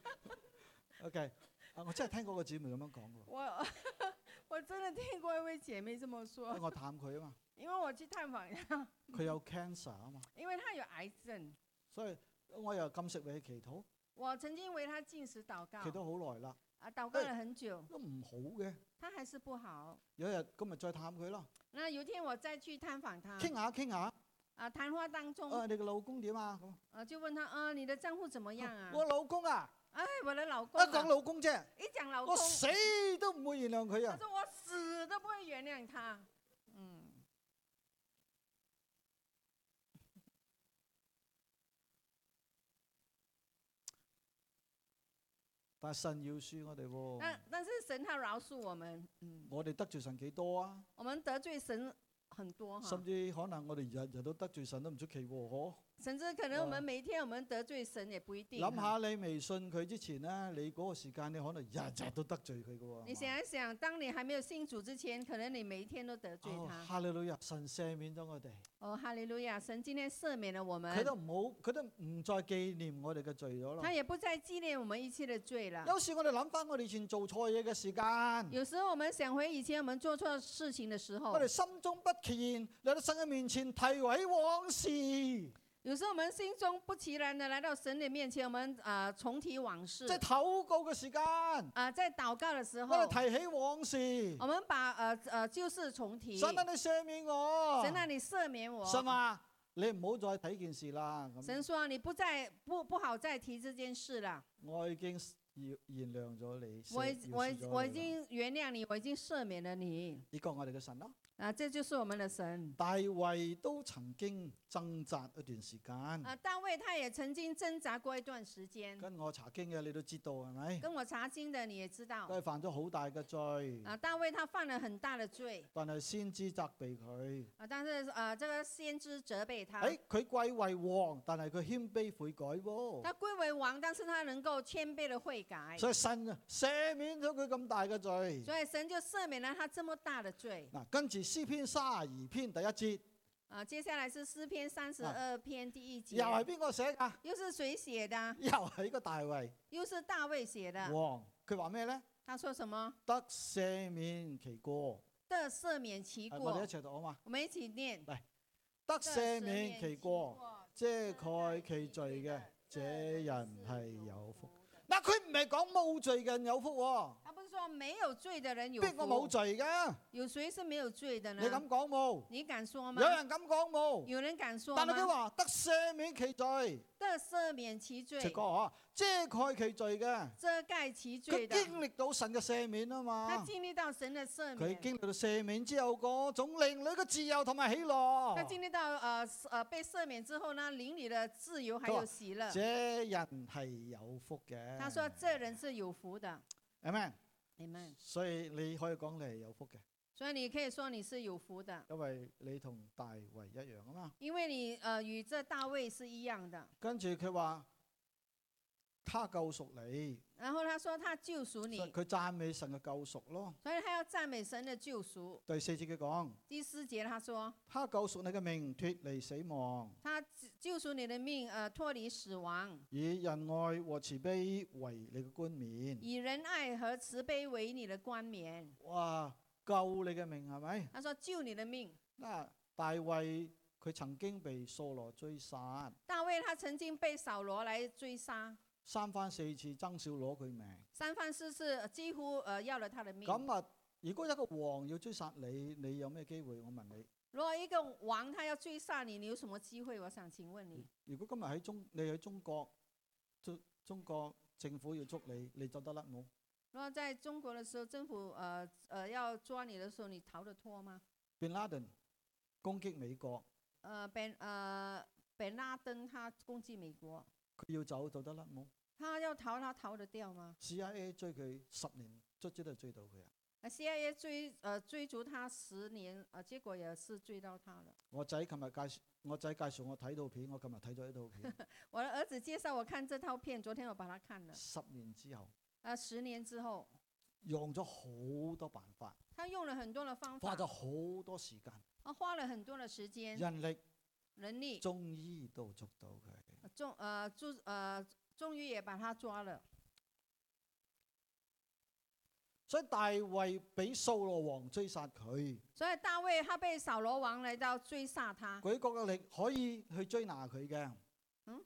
[SPEAKER 2] OK，啊，À, 我真係聽過個姊妹咁樣講嘅
[SPEAKER 1] 我 我真的听过一位姐妹这么
[SPEAKER 2] 喎，
[SPEAKER 1] 说，
[SPEAKER 2] 我探佢啊嘛，
[SPEAKER 1] 因为我去探访 她，
[SPEAKER 2] 佢有 cancer 啊嘛，
[SPEAKER 1] 因为她有癌症，
[SPEAKER 2] 所以我又禁食為佢祈禱，
[SPEAKER 1] 我曾经为她进食祷告
[SPEAKER 2] 祈，禱好耐啦，
[SPEAKER 1] 啊，祷告了很久，
[SPEAKER 2] 都唔好嘅。
[SPEAKER 1] 她还是不好。
[SPEAKER 2] 有一日今日再探佢咯，
[SPEAKER 1] 那有一天我再去探访她，
[SPEAKER 2] 傾下傾下，
[SPEAKER 1] 啊，談話当中，
[SPEAKER 2] 啊，你個老公點啊？咁
[SPEAKER 1] 呃，就问她，呃，你的丈夫怎么样啊？
[SPEAKER 2] 我老公啊，
[SPEAKER 1] 哎，我的老
[SPEAKER 2] 一
[SPEAKER 1] 公、
[SPEAKER 2] 講
[SPEAKER 1] 啊，
[SPEAKER 2] 老公啫。
[SPEAKER 1] 一讲老公
[SPEAKER 2] 我，死都唔會原諒佢
[SPEAKER 1] 他
[SPEAKER 2] 啊！
[SPEAKER 1] 说我死都不会原谅他。嗯，
[SPEAKER 2] 但係神要恕我哋喎
[SPEAKER 1] 但，但是神他饶恕我们，嗯，
[SPEAKER 2] 我哋得罪神幾多啊？
[SPEAKER 1] 我们得罪神很多哦哈
[SPEAKER 2] 甚，至可能我哋日日都得罪神都唔出奇喎，嗬？
[SPEAKER 1] 甚至可能我
[SPEAKER 2] 啊
[SPEAKER 1] 们每一天我们得罪神也不一定。
[SPEAKER 2] 諗
[SPEAKER 1] 哈，
[SPEAKER 2] 下你未信佢之前咧，你嗰個時間你可能日日都得罪佢嘅喎。
[SPEAKER 1] 你
[SPEAKER 2] 係嘛
[SPEAKER 1] 想一想，当你还没有信主之前，可能你每一天都得罪
[SPEAKER 2] 哦
[SPEAKER 1] 他。
[SPEAKER 2] 哈利路亞，神赦免咗我哋，
[SPEAKER 1] 哦，哈利路亚，神今天赦免了我
[SPEAKER 2] 佢
[SPEAKER 1] 们，
[SPEAKER 2] 都唔好，佢都唔再紀念我哋嘅罪咗咯
[SPEAKER 1] 他。也不再纪念我们一切的罪了。
[SPEAKER 2] 有時我哋諗翻我哋以前做錯嘢嘅時間，
[SPEAKER 1] 有时候我们想回以前我们做错事情的时候
[SPEAKER 2] 我哋，心中不虔，嚟到神嘅面前提毀往事。
[SPEAKER 1] 有时候我们心中不其然的来到神的面前，我们啊、呃重提往事
[SPEAKER 2] 即，係禱告嘅時間，
[SPEAKER 1] 啊、在祷告的时
[SPEAKER 2] 我
[SPEAKER 1] 候，
[SPEAKER 2] 哋提起往事
[SPEAKER 1] 我。们把呃呃旧事重提。
[SPEAKER 2] 神啊，你赦免我。
[SPEAKER 1] 神啊，你赦免我。
[SPEAKER 2] 神啊，你唔好再睇件事啦。
[SPEAKER 1] 神
[SPEAKER 2] 咁
[SPEAKER 1] 说你不再不不好再提这件事了，
[SPEAKER 2] 我已經要原諒咗你，
[SPEAKER 1] 我
[SPEAKER 2] 赦
[SPEAKER 1] 已我已
[SPEAKER 2] 饒恕咗你啦
[SPEAKER 1] 我已经原谅你，我已经赦免了你。
[SPEAKER 2] 呢個我哋嘅神咯。
[SPEAKER 1] 啊，这就是我们的神。
[SPEAKER 2] 大衛都曾經掙扎一段時間。
[SPEAKER 1] 啊，大卫他也曾经挣扎过一段时间，
[SPEAKER 2] 嗯跟我查經嘅你都知道係咪？
[SPEAKER 1] 跟我查经的你也知道
[SPEAKER 2] 都。係犯咗好大嘅罪，
[SPEAKER 1] 啊，大卫他犯了很大的罪
[SPEAKER 2] 但係先知責備佢。
[SPEAKER 1] 啊，但是啊，这个先知责备他，
[SPEAKER 2] 诶，佢貴為王，但係佢謙卑悔改喎。
[SPEAKER 1] 他归为王，但是他能够谦卑的悔改，
[SPEAKER 2] 所以神啊赦免咗佢咁大嘅罪。
[SPEAKER 1] 所以神就赦免了他这么大的罪。
[SPEAKER 2] 嗱，跟住詩篇三十二篇第一節，
[SPEAKER 1] 啊，接下来是诗篇三十二篇第一节
[SPEAKER 2] 又，係邊個寫 㗎？
[SPEAKER 1] 又是谁写的？啊
[SPEAKER 2] 又係個大衛
[SPEAKER 1] 又是大卫写的。
[SPEAKER 2] 王。佢話咩咧？
[SPEAKER 1] 他说什么？
[SPEAKER 2] 得赦免其過。
[SPEAKER 1] 的赦免其
[SPEAKER 2] 啊係我哋一
[SPEAKER 1] 过。
[SPEAKER 2] 齊讀好嘛？
[SPEAKER 1] 我们一起念。
[SPEAKER 2] 得
[SPEAKER 1] 得
[SPEAKER 2] 赦免其過，，遮蓋其罪嘅，這人係有福。嗱，佢唔係講冇罪嘅人有福喎，
[SPEAKER 1] 他不是说没有罪的人有
[SPEAKER 2] 邊個冇
[SPEAKER 1] 福，
[SPEAKER 2] 罪㗎？
[SPEAKER 1] 有谁是没有罪的
[SPEAKER 2] 你
[SPEAKER 1] 呢？
[SPEAKER 2] 咁講冇？
[SPEAKER 1] 你敢说吗
[SPEAKER 2] 有？人咁講冇？
[SPEAKER 1] 有人敢说
[SPEAKER 2] 但係佢
[SPEAKER 1] 吗？
[SPEAKER 2] 話得赦免其罪，
[SPEAKER 1] 的赦免其罪，
[SPEAKER 2] 直覺嗬，遮蓋其罪嘅，
[SPEAKER 1] 遮盖其罪
[SPEAKER 2] 佢
[SPEAKER 1] 的，
[SPEAKER 2] 經歷到神嘅赦免啊
[SPEAKER 1] 他
[SPEAKER 2] 嘛。
[SPEAKER 1] 经历到神的赦
[SPEAKER 2] 佢
[SPEAKER 1] 免，
[SPEAKER 2] 經歷到赦免之後嗰種令女嘅自由同埋喜樂。
[SPEAKER 1] 他经历到呃呃被赦免之后呢，邻里的自由还
[SPEAKER 2] 他
[SPEAKER 1] 有
[SPEAKER 2] 说
[SPEAKER 1] 喜乐。
[SPEAKER 2] 這人係有福嘅。
[SPEAKER 1] 他说这人是有福的，
[SPEAKER 2] 係咪？
[SPEAKER 1] 你们，
[SPEAKER 2] 所以你可以講你係有福嘅，
[SPEAKER 1] 所以你可以说你是有福的，
[SPEAKER 2] 因為你同大衛一樣啊嘛。
[SPEAKER 1] 因为你呃与这大卫是一样的。
[SPEAKER 2] 跟住佢話，他救贖你，
[SPEAKER 1] 然后他说他救赎你
[SPEAKER 2] 所以，佢讚美神嘅救贖咯。
[SPEAKER 1] 所以他要赞美神的救赎。
[SPEAKER 2] 第四節佢講，
[SPEAKER 1] 第四节他说
[SPEAKER 2] 他救贖你嘅命，脱離死亡，
[SPEAKER 1] 他救赎你的命，呃脱离死亡，
[SPEAKER 2] 以仁愛和慈悲為你嘅冠冕。
[SPEAKER 1] 以仁爱和慈悲为你的冠冕。
[SPEAKER 2] 哇！救你嘅命係咪？
[SPEAKER 1] 他说救你的命。
[SPEAKER 2] 嗱，大衛佢曾經被掃羅追殺，
[SPEAKER 1] 大卫他曾经被扫罗来追杀，
[SPEAKER 2] 三番四次爭少攞佢命。
[SPEAKER 1] 三番四次几乎呃要了他的命。
[SPEAKER 2] 咁啊，如果一個王要追殺你，你有咩機會？我問你。
[SPEAKER 1] 如果一个王他要追杀你，你有什么机会？我想请问你，
[SPEAKER 2] 如果今日喺中，你喺中國，中中國政府要捉你，你走得甩冇？
[SPEAKER 1] 如果在中国的时候，政府呃呃要抓你的时候，你逃得脱吗？
[SPEAKER 2] bin Laden 攻擊美國，
[SPEAKER 1] 呃，本呃本拉登他攻击美国，
[SPEAKER 2] 佢要走走得甩冇
[SPEAKER 1] 他要逃，他逃得掉吗
[SPEAKER 2] ？CIA 追佢十年，卒之都追到佢啊！
[SPEAKER 1] 呃？CIA 追呃追逐他十年，呃，结果也是追到他了。
[SPEAKER 2] 我仔琴日介紹，我仔介紹我睇套片，我琴日睇咗呢套片，
[SPEAKER 1] 我的儿子介绍我看这套片，昨天我把它看了。
[SPEAKER 2] 十年之後
[SPEAKER 1] 呃，十年之后，
[SPEAKER 2] 用咗好多辦法，
[SPEAKER 1] 他用了很多的方法
[SPEAKER 2] 花，咗好多時間、
[SPEAKER 1] 他花了很多的时间、
[SPEAKER 2] 人力，
[SPEAKER 1] 人力，
[SPEAKER 2] 終於都捉到佢。
[SPEAKER 1] 呃终呃终呃终于也把他抓了。
[SPEAKER 2] 所以大衛俾掃羅王追殺佢，
[SPEAKER 1] 所以大卫他被扫罗王来到追杀他，
[SPEAKER 2] 舉國嘅力可以去追拿佢嘅。
[SPEAKER 1] 嗯，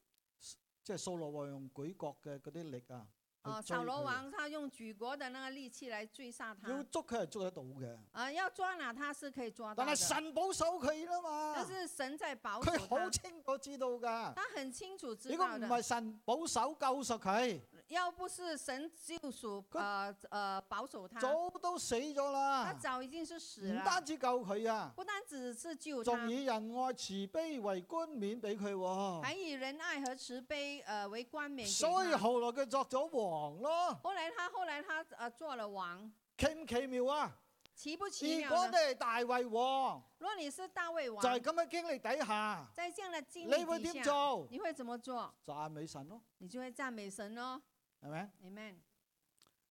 [SPEAKER 2] 即係掃羅王用舉國嘅嗰啲力啊，
[SPEAKER 1] 呃，
[SPEAKER 2] 去追
[SPEAKER 1] 扫罗
[SPEAKER 2] 佢
[SPEAKER 1] 王他用举国的那个力气来追杀
[SPEAKER 2] 要
[SPEAKER 1] 他，
[SPEAKER 2] 捉佢係捉得到嘅。
[SPEAKER 1] 呃，要抓拿他是可以抓到
[SPEAKER 2] 但
[SPEAKER 1] 的，
[SPEAKER 2] 係神保守佢啦
[SPEAKER 1] 但
[SPEAKER 2] 嘛，
[SPEAKER 1] 是神在保守
[SPEAKER 2] 佢好
[SPEAKER 1] 他，
[SPEAKER 2] 清楚知道㗎。
[SPEAKER 1] 他很清楚知
[SPEAKER 2] 如果
[SPEAKER 1] 道
[SPEAKER 2] 唔
[SPEAKER 1] 的
[SPEAKER 2] 係。神保守救赎佢，
[SPEAKER 1] 要不是神救赎，
[SPEAKER 2] 佢
[SPEAKER 1] 呃呃保守他，
[SPEAKER 2] 早都死咗
[SPEAKER 1] 他
[SPEAKER 2] 啦。
[SPEAKER 1] 早已经是死
[SPEAKER 2] 唔
[SPEAKER 1] 了，
[SPEAKER 2] 單止救佢啊，
[SPEAKER 1] 不单只是救他
[SPEAKER 2] 仲。以仁愛慈悲為冠冕俾佢
[SPEAKER 1] 还
[SPEAKER 2] 喎。
[SPEAKER 1] 以仁爱和慈悲呃为冠冕给
[SPEAKER 2] 所以
[SPEAKER 1] 他。
[SPEAKER 2] 後來佢作咗王咯，
[SPEAKER 1] 后来他后来他呃做了王，
[SPEAKER 2] 奇唔奇妙啊？
[SPEAKER 1] 奇不奇
[SPEAKER 2] 如
[SPEAKER 1] 妙
[SPEAKER 2] 果你
[SPEAKER 1] 呢？
[SPEAKER 2] 係大衛王，
[SPEAKER 1] 如果你是大卫王
[SPEAKER 2] 就，係咁嘅經歷底下，
[SPEAKER 1] 在这样的经
[SPEAKER 2] 你會
[SPEAKER 1] 历
[SPEAKER 2] 點
[SPEAKER 1] 底下，
[SPEAKER 2] 做？
[SPEAKER 1] 你会怎么做？
[SPEAKER 2] 讚美神咯，
[SPEAKER 1] 你就会赞美神哦
[SPEAKER 2] 係咪？
[SPEAKER 1] ，Amen。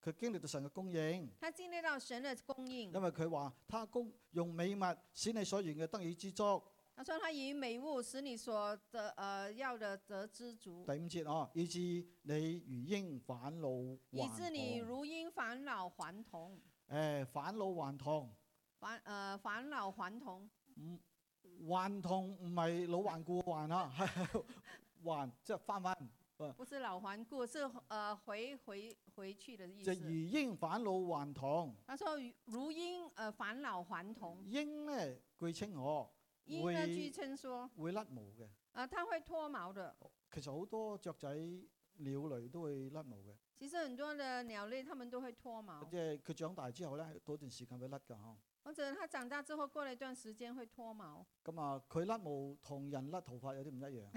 [SPEAKER 2] 佢經歷到神嘅供應。
[SPEAKER 1] 他经历到神的供应，
[SPEAKER 2] 因為佢話他供用美物使你所願嘅得以知足。
[SPEAKER 1] 他说他以美物使你所得呃要的得知足，
[SPEAKER 2] 第五節哦，以致你如鷹返老
[SPEAKER 1] 以致
[SPEAKER 2] 還
[SPEAKER 1] 你
[SPEAKER 2] 童。
[SPEAKER 1] 如因返老还童，
[SPEAKER 2] 誒返老還童，
[SPEAKER 1] 返呃返老还童，
[SPEAKER 2] 還童唔係老還故還啊， 係還即係翻翻，
[SPEAKER 1] 不是老还故，是呃回回回去的意
[SPEAKER 2] 就
[SPEAKER 1] 思
[SPEAKER 2] 如。鷹返老還童。
[SPEAKER 1] 他说如如因呃返老还童，
[SPEAKER 2] 鷹咧據稱我
[SPEAKER 1] 因呢据
[SPEAKER 2] 會
[SPEAKER 1] 称说
[SPEAKER 2] 會甩毛嘅，
[SPEAKER 1] 啊，它会脱毛的。
[SPEAKER 2] 其實好多雀仔鳥類都會甩毛嘅，
[SPEAKER 1] 其实很多的鸟类它们都会脱毛，
[SPEAKER 2] 即係佢長大之後咧，嗰段時間會甩㗎嗬。
[SPEAKER 1] 或者他长大之后过了一段时间会脱毛，
[SPEAKER 2] 咁啊，佢甩毛同人甩頭髮有啲唔一樣。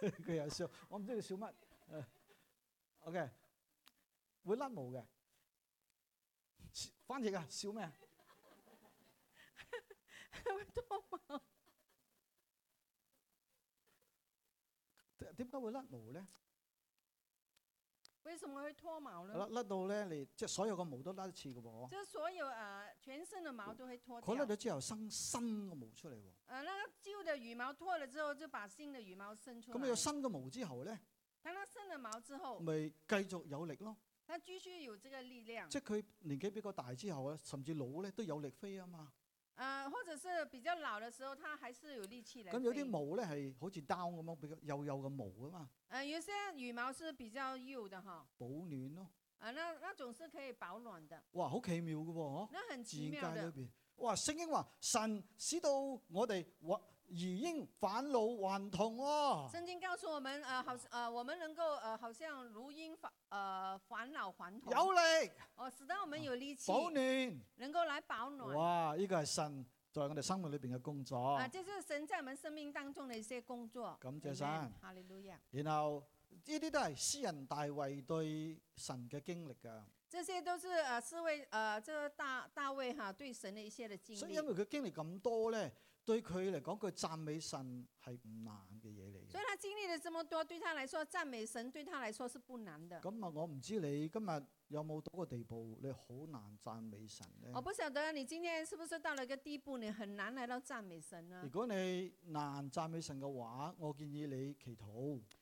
[SPEAKER 2] 佢又笑，我唔知佢笑乜。 誒 OK，會甩毛嘅。笑翻譯啊，笑咩啊？
[SPEAKER 1] 会脱毛。
[SPEAKER 2] 點點解會甩毛咧？
[SPEAKER 1] 为什么会脱毛
[SPEAKER 2] 甩
[SPEAKER 1] 呢？
[SPEAKER 2] 甩到咧，你即係所有個毛都甩一次嘅喎。
[SPEAKER 1] 就是所有呃全身的毛都会脱
[SPEAKER 2] 佢
[SPEAKER 1] 掉。
[SPEAKER 2] 甩咗之後生新嘅毛出嚟喎。
[SPEAKER 1] 呃，那个旧的羽毛脱了之后，就把新的羽毛生出
[SPEAKER 2] 咁有嗯
[SPEAKER 1] 来。
[SPEAKER 2] 新嘅毛之後咧，
[SPEAKER 1] 当它生了毛之后，
[SPEAKER 2] 咪繼續有力咯。
[SPEAKER 1] 它继续有这个力量。
[SPEAKER 2] 即係佢年紀比較大之後啊，甚至老咧都有力飛啊嘛。
[SPEAKER 1] 呃，或者是比较老的时候，它还是有力气来
[SPEAKER 2] 咁有啲
[SPEAKER 1] 飞
[SPEAKER 2] 毛咧係好似 down 咁樣比較幼幼嘅毛啊嘛，
[SPEAKER 1] 呃，有些羽毛是比较幼的哈，
[SPEAKER 2] 保暖咯。
[SPEAKER 1] 啊，那那种是可以保暖的，
[SPEAKER 2] 哇，好奇妙嘅喎、嗬
[SPEAKER 1] 那很
[SPEAKER 2] 自
[SPEAKER 1] 奇妙
[SPEAKER 2] 然界裏
[SPEAKER 1] 的。
[SPEAKER 2] 邊，哇！聖經話神使到我哋或兒應返老還童喎、
[SPEAKER 1] 圣经告诉我们，呃，好，呃，我们能够，呃，好像如鹰返，呃，返老还童，
[SPEAKER 2] 有力
[SPEAKER 1] 哦，使到我们有力气，
[SPEAKER 2] 保暖。
[SPEAKER 1] 能够来保暖。
[SPEAKER 2] 哇！呢、個係神在我哋生命裏邊嘅工作。
[SPEAKER 1] 啊，这就是神在我们生命当中的一些工作。
[SPEAKER 2] 感谢
[SPEAKER 1] Amen，
[SPEAKER 2] 神
[SPEAKER 1] 哈利路亚！
[SPEAKER 2] 然後呢啲都係詩人大衛對神嘅經歷㗎。
[SPEAKER 1] 这些都是呃，四位呃，这个大大卫哈对神的一些的经
[SPEAKER 2] 所以
[SPEAKER 1] 历
[SPEAKER 2] 因。為佢經歷咁多咧，對佢嚟講，佢讚美神係唔難嘅嘢嚟嘅
[SPEAKER 1] 所。以他经历了这么多，对他来说，赞美神对他来说是不难的。
[SPEAKER 2] 咁啊，我唔知你今日有冇到個地步，你好難讚美神咧
[SPEAKER 1] 我。不晓得你今天是不是到了一个地步，你很难来到赞美神呢
[SPEAKER 2] 如？果你難讚美神嘅話，我建議你祈禱。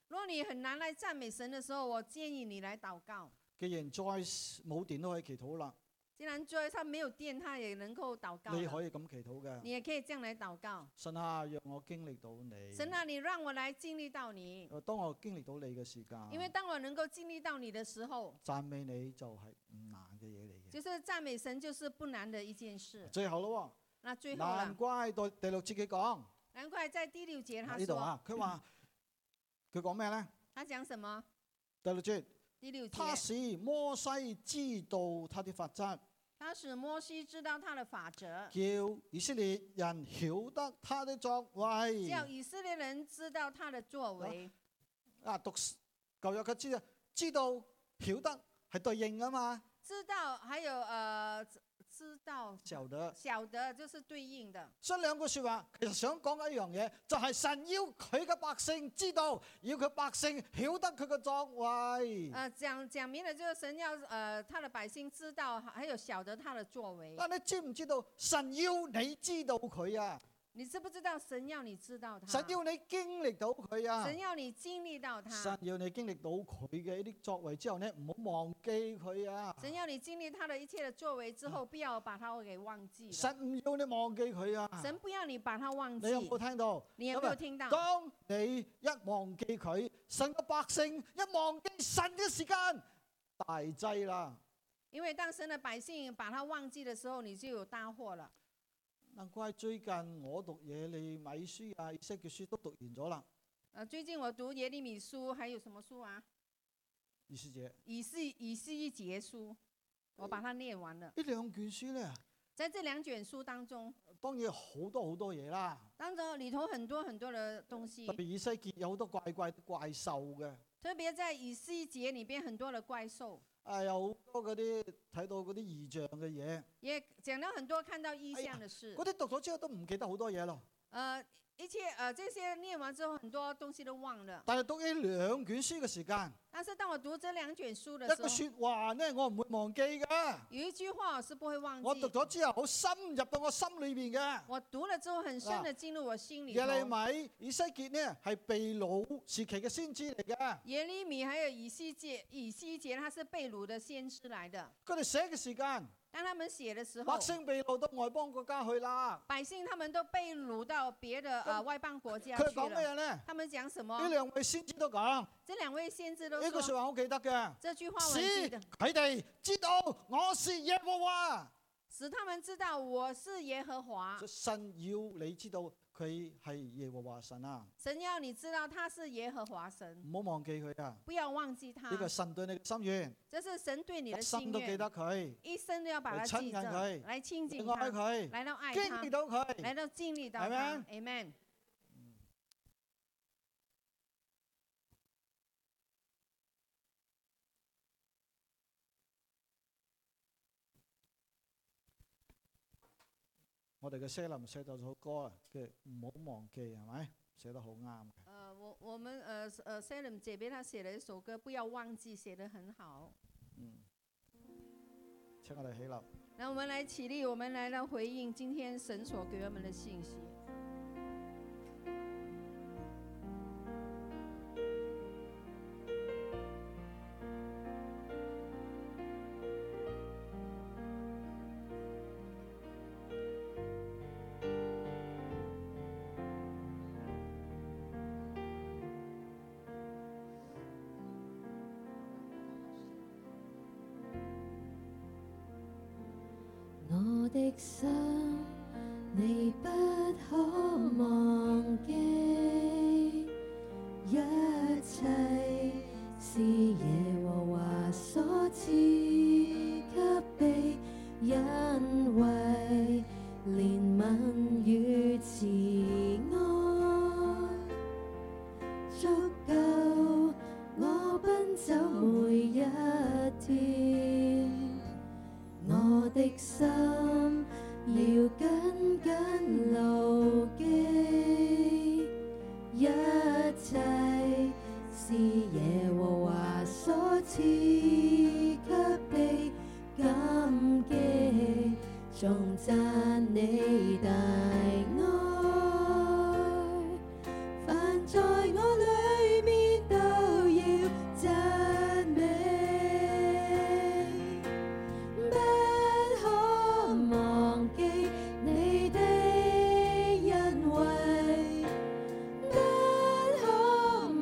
[SPEAKER 1] 如果你很难来赞美神的时候，我建议你来祷告。
[SPEAKER 2] 既然 Joyce 冇電都可以祈禱啦，
[SPEAKER 1] 既然 Joy 他没有电，他也能够祷告
[SPEAKER 2] 你
[SPEAKER 1] 了，
[SPEAKER 2] 可以啊咁祈禱
[SPEAKER 1] 你
[SPEAKER 2] 嘅。
[SPEAKER 1] 也可以这样来祷告。
[SPEAKER 2] 神啊，讓我經歷到你。
[SPEAKER 1] 神啊，你让我来经历到你，
[SPEAKER 2] 當我經歷到你嘅時間，
[SPEAKER 1] 因为当我能够经历到你的时候，
[SPEAKER 2] 讚美你就係唔難嘅嘢嚟嘅。
[SPEAKER 1] 就是赞美神就是不难的一件事。
[SPEAKER 2] 嗯最後咯
[SPEAKER 1] 那
[SPEAKER 2] 喎，
[SPEAKER 1] 最后
[SPEAKER 2] 難
[SPEAKER 1] 了，
[SPEAKER 2] 怪到第六節佢講
[SPEAKER 1] 难怪在第六节他
[SPEAKER 2] 呢度
[SPEAKER 1] 说，
[SPEAKER 2] 啊，佢話佢講咩咧？
[SPEAKER 1] 他讲什么？
[SPEAKER 2] 第六節，
[SPEAKER 1] 第六节，
[SPEAKER 2] 他使摩西知道他的法則。
[SPEAKER 1] 他使摩西知道他的法则，
[SPEAKER 2] 叫以色列人曉得他的作為。
[SPEAKER 1] 叫以色列人知道他的作为。
[SPEAKER 2] 啊，讀舊約佢知啊，知道曉得係對應啊嘛，
[SPEAKER 1] 知道，还有呃，知知道
[SPEAKER 2] 就得。
[SPEAKER 1] 晓得就是对應的。
[SPEAKER 2] 所以兩句説話其實想講嘅一樣嘢，就係、神要佢嘅百姓知道，要佢百姓曉得佢嘅作為。
[SPEAKER 1] 呃，讲讲明了就是神要呃他的百姓知道，还有晓得他的作为。
[SPEAKER 2] 但你知唔知道神要你知道佢啊？
[SPEAKER 1] 你知不知道神要你知道他？
[SPEAKER 2] 神要你經歷到佢啊
[SPEAKER 1] 神！要你经历到他，
[SPEAKER 2] 神啊要你經歷到佢嘅呢啲作為之後呢，唔好忘記佢啊！
[SPEAKER 1] 神要你经历他的一切的作为之后，不要把他给忘记了。
[SPEAKER 2] 神唔要你忘記佢啊！
[SPEAKER 1] 神不要你把他忘记
[SPEAKER 2] 你。有冇聽到？
[SPEAKER 1] 你有没有
[SPEAKER 2] 因为
[SPEAKER 1] 听到？
[SPEAKER 2] 當你一忘記佢，神嘅百姓一忘記神嘅時間，大劑啦！
[SPEAKER 1] 因为当神的百姓把他忘记的时候，你就有大祸了。
[SPEAKER 2] 難怪最近我讀耶利米書啊、以色列書都讀完咗啦，
[SPEAKER 1] 呃，最近我读耶利米书，还有什么书啊？
[SPEAKER 2] 意思姐，
[SPEAKER 1] 以是以是一节书，我把它念完了。
[SPEAKER 2] 呢兩卷書咧，
[SPEAKER 1] 在这两卷书当中，
[SPEAKER 2] 當然好多好多嘢啦，
[SPEAKER 1] 当中里头很多很多的东西
[SPEAKER 2] 特，別以西結有好多怪怪怪獸嘅，
[SPEAKER 1] 特别在以西结里边很多的怪兽，
[SPEAKER 2] 啊有好多嗰啲睇到嗰啲異象嘅嘢，
[SPEAKER 1] 也讲到很多看到意
[SPEAKER 2] 哎呀
[SPEAKER 1] 象的事。
[SPEAKER 2] 嗰啲讀咗之後都唔記得好多嘢咯。
[SPEAKER 1] 呃，一切呃这些念完之后，很多东西都忘了。
[SPEAKER 2] 但係讀呢兩卷書嘅時間，
[SPEAKER 1] 但是当我读这两卷书的
[SPEAKER 2] 一
[SPEAKER 1] 时
[SPEAKER 2] 個
[SPEAKER 1] 候，
[SPEAKER 2] 説話呢，我唔會忘記㗎。
[SPEAKER 1] 有一句话我是不会忘
[SPEAKER 2] 我
[SPEAKER 1] 记
[SPEAKER 2] 讀。咗之後，好深入到我心裏邊嘅。
[SPEAKER 1] 我读了之后，很深的进入我心里
[SPEAKER 2] 耶利
[SPEAKER 1] 头。
[SPEAKER 2] 米、以西結呢係被掳時期嘅先知嚟嘅，
[SPEAKER 1] 耶利米还有以西结，以西结他是被掳的先知来的。
[SPEAKER 2] 佢哋寫嘅時間，
[SPEAKER 1] 当他们写的时候
[SPEAKER 2] 百，姓被掳到外邦國家去啦。
[SPEAKER 1] 百姓他们都被掳到别的
[SPEAKER 2] 跟
[SPEAKER 1] 呃外邦国家
[SPEAKER 2] 佢係
[SPEAKER 1] 去
[SPEAKER 2] 講咩啊
[SPEAKER 1] 了。
[SPEAKER 2] 嘢呢？呢
[SPEAKER 1] 他们讲什么？
[SPEAKER 2] 兩位先知都講呢
[SPEAKER 1] 这两位先知都
[SPEAKER 2] 句説
[SPEAKER 1] 说
[SPEAKER 2] 話，我記得嘅，
[SPEAKER 1] 这句话，我
[SPEAKER 2] 使
[SPEAKER 1] 很记得，
[SPEAKER 2] 佢哋知道我是耶和華。
[SPEAKER 1] 使他们知道我是耶和华
[SPEAKER 2] 所以。神要你知道佢係耶和華神啊！
[SPEAKER 1] 神要你知道他是耶和华神，
[SPEAKER 2] 唔好忘記佢啊！
[SPEAKER 1] 不要忘记他
[SPEAKER 2] 呢。個神對你嘅心願，
[SPEAKER 1] 这是神对你的
[SPEAKER 2] 一
[SPEAKER 1] 心
[SPEAKER 2] 生都記
[SPEAKER 1] 愿，
[SPEAKER 2] 得佢，
[SPEAKER 1] 一生都要把
[SPEAKER 2] 来
[SPEAKER 1] 它
[SPEAKER 2] 亲
[SPEAKER 1] 记
[SPEAKER 2] 近
[SPEAKER 1] 着
[SPEAKER 2] 佢，
[SPEAKER 1] 来亲
[SPEAKER 2] 你
[SPEAKER 1] 近
[SPEAKER 2] 愛
[SPEAKER 1] 他，
[SPEAKER 2] 佢，
[SPEAKER 1] 来到爱
[SPEAKER 2] 經
[SPEAKER 1] 他
[SPEAKER 2] 歷，到
[SPEAKER 1] 来
[SPEAKER 2] 佢。
[SPEAKER 1] 到经历到他。Amen。
[SPEAKER 2] 我哋嘅些林寫咗首歌啊，叫唔好忘記係咪？寫得好啱嘅。
[SPEAKER 1] 呃，我我们呃呃 Salem 姐妹她写了一首歌，不要忘记，写得很好。
[SPEAKER 2] 嗯，請我哋起立。
[SPEAKER 1] 那我们来起立，我们来到回应今天神所给我们的信息。
[SPEAKER 4] 我的心，你不可忘記，一切是耶和華所賜給備，因為憐憫與慈愛足夠我奔走每一天。我的心要緊緊牢記，一切是耶和華所賜給你感激，仲讚你大愛。凡在我裏面都要讚美。不可忘記你的恩惠，不可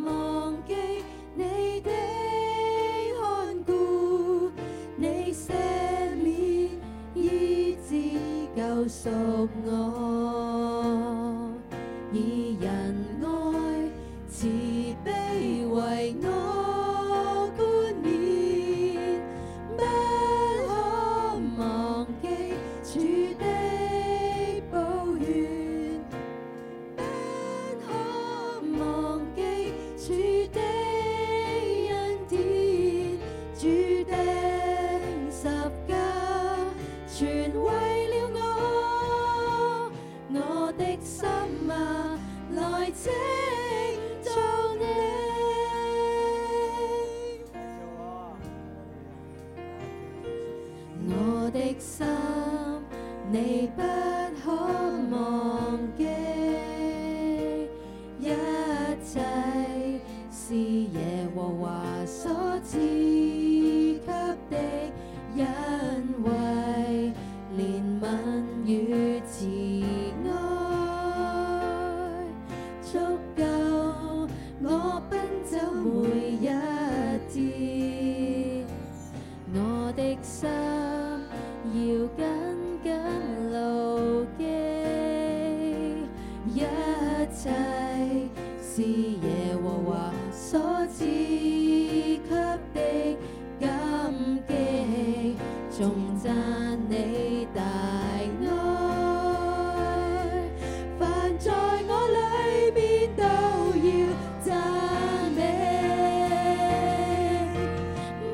[SPEAKER 4] 忘記你的看顧，你赦免醫治救贖我，以仁愛慈悲為我冠冕。不可忘記主的寶血，不可忘記主的恩典，主的十架全為了我，我的心啊，來稱頌你。我的心，你不可忘記，一切是耶和華所賜給的恩惠、憐憫與慈愛，足夠我奔走每一天。我的心要緊緊牢記，一切是耶和華所賜給的感激，仲讚你大愛。凡在我裏面都要讚美。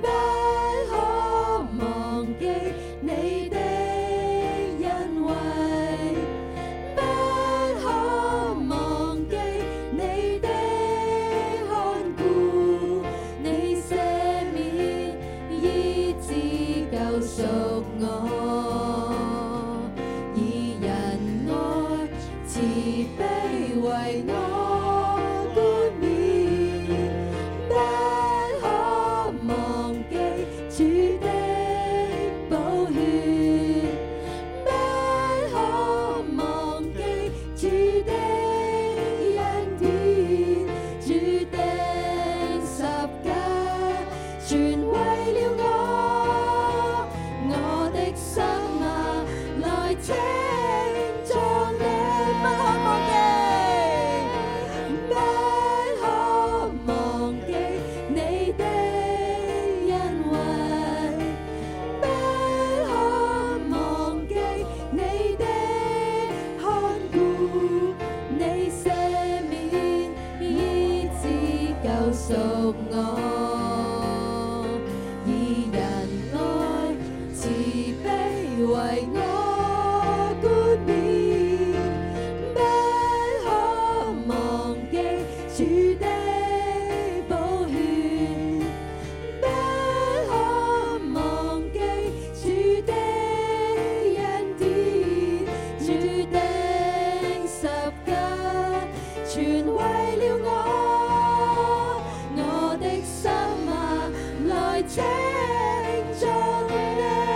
[SPEAKER 4] 不可忘記你的恩惠，不可忘記你的看顧，你赦免醫治救贖我，以仁愛慈悲為我冠冕。不可忘記主的寶血，不可忘記主的恩典，主的十架全為了我，我的心啊，來稱頌你，不可忘記。為我冠冕，不可忘記主的寶血，不可忘記主的恩典，主的十架。全為了我，我的心啊，來稱頌你。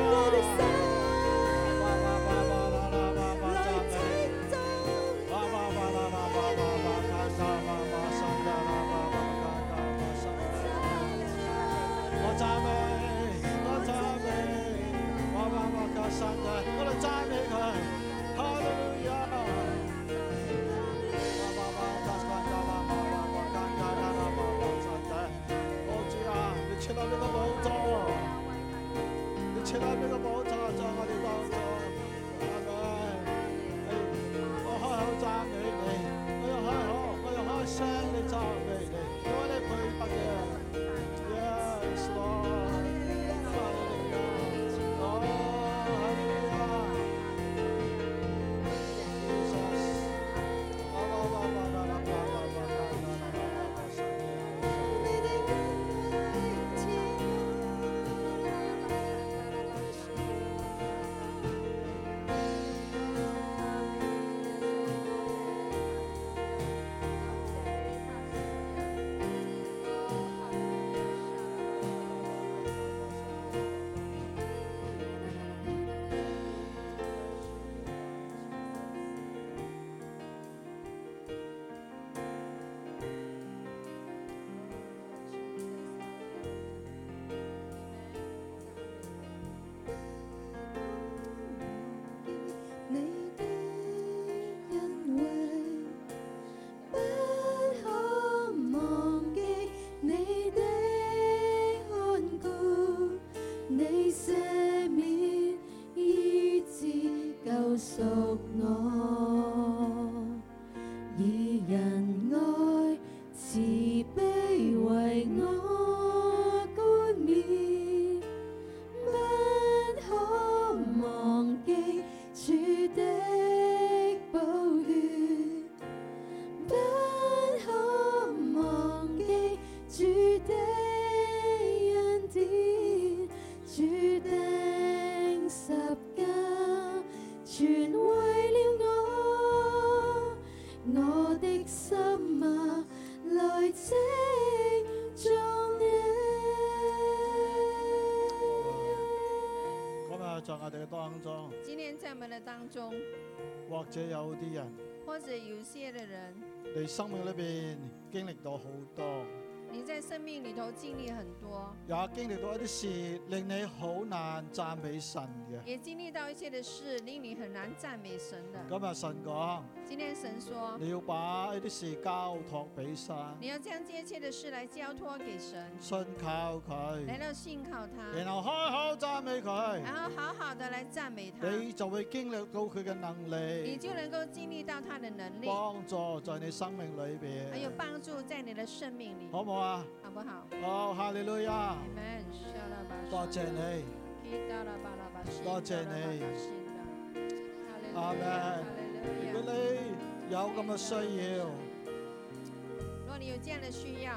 [SPEAKER 4] 我的心來稱頌你。
[SPEAKER 2] Yes, Lord. Hallelujah. Lord, hallelujah.
[SPEAKER 4] Sốc ngọt 以仁愛慈悲為我冠冕，不可忘記主的寶血，不可忘記主的恩典，主釘十架，全為了我。我的心啊，來稱頌你。
[SPEAKER 2] 咁啊，在我哋嘅當中，
[SPEAKER 1] 今天在我们的当中，
[SPEAKER 2] 或者有啲人，
[SPEAKER 1] 或者有些的人，
[SPEAKER 2] 你生命裏边經歷到好多，
[SPEAKER 1] 你在生命里頭经历很多，
[SPEAKER 2] 也經啊歷到一啲事，令你好難讚美神嘅。
[SPEAKER 1] 也经历到一些的事，令你很难赞美神的。
[SPEAKER 2] 今日神講，
[SPEAKER 1] 今天神说，
[SPEAKER 2] 你要把呢啲事交託俾神，
[SPEAKER 1] 你要将这一切的事来交托给神，
[SPEAKER 2] 信靠
[SPEAKER 1] 来
[SPEAKER 2] 佢，
[SPEAKER 1] 到信靠他，
[SPEAKER 2] 然後開口讚美佢，
[SPEAKER 1] 然后好好的来赞美他，
[SPEAKER 2] 你就會經歷到佢嘅能
[SPEAKER 1] 你
[SPEAKER 2] 力，
[SPEAKER 1] 就能够经历到他的能力，
[SPEAKER 2] 幫助在你生命裏边
[SPEAKER 1] 还。有帮助在你的生命里，
[SPEAKER 2] 好唔好啊？
[SPEAKER 1] 好不好？
[SPEAKER 2] 好，哈利路亞！
[SPEAKER 1] Amen 沙拉巴沙拉
[SPEAKER 2] 多謝你，
[SPEAKER 1] 基达拉巴拉巴西
[SPEAKER 2] 多謝
[SPEAKER 1] 达拉巴
[SPEAKER 2] 你
[SPEAKER 1] 巴西达哈利路亚
[SPEAKER 2] Amen
[SPEAKER 1] 哈利
[SPEAKER 2] 如
[SPEAKER 1] 路亚
[SPEAKER 2] 果你有咁嘅需要，
[SPEAKER 1] 如果你有这样的需要，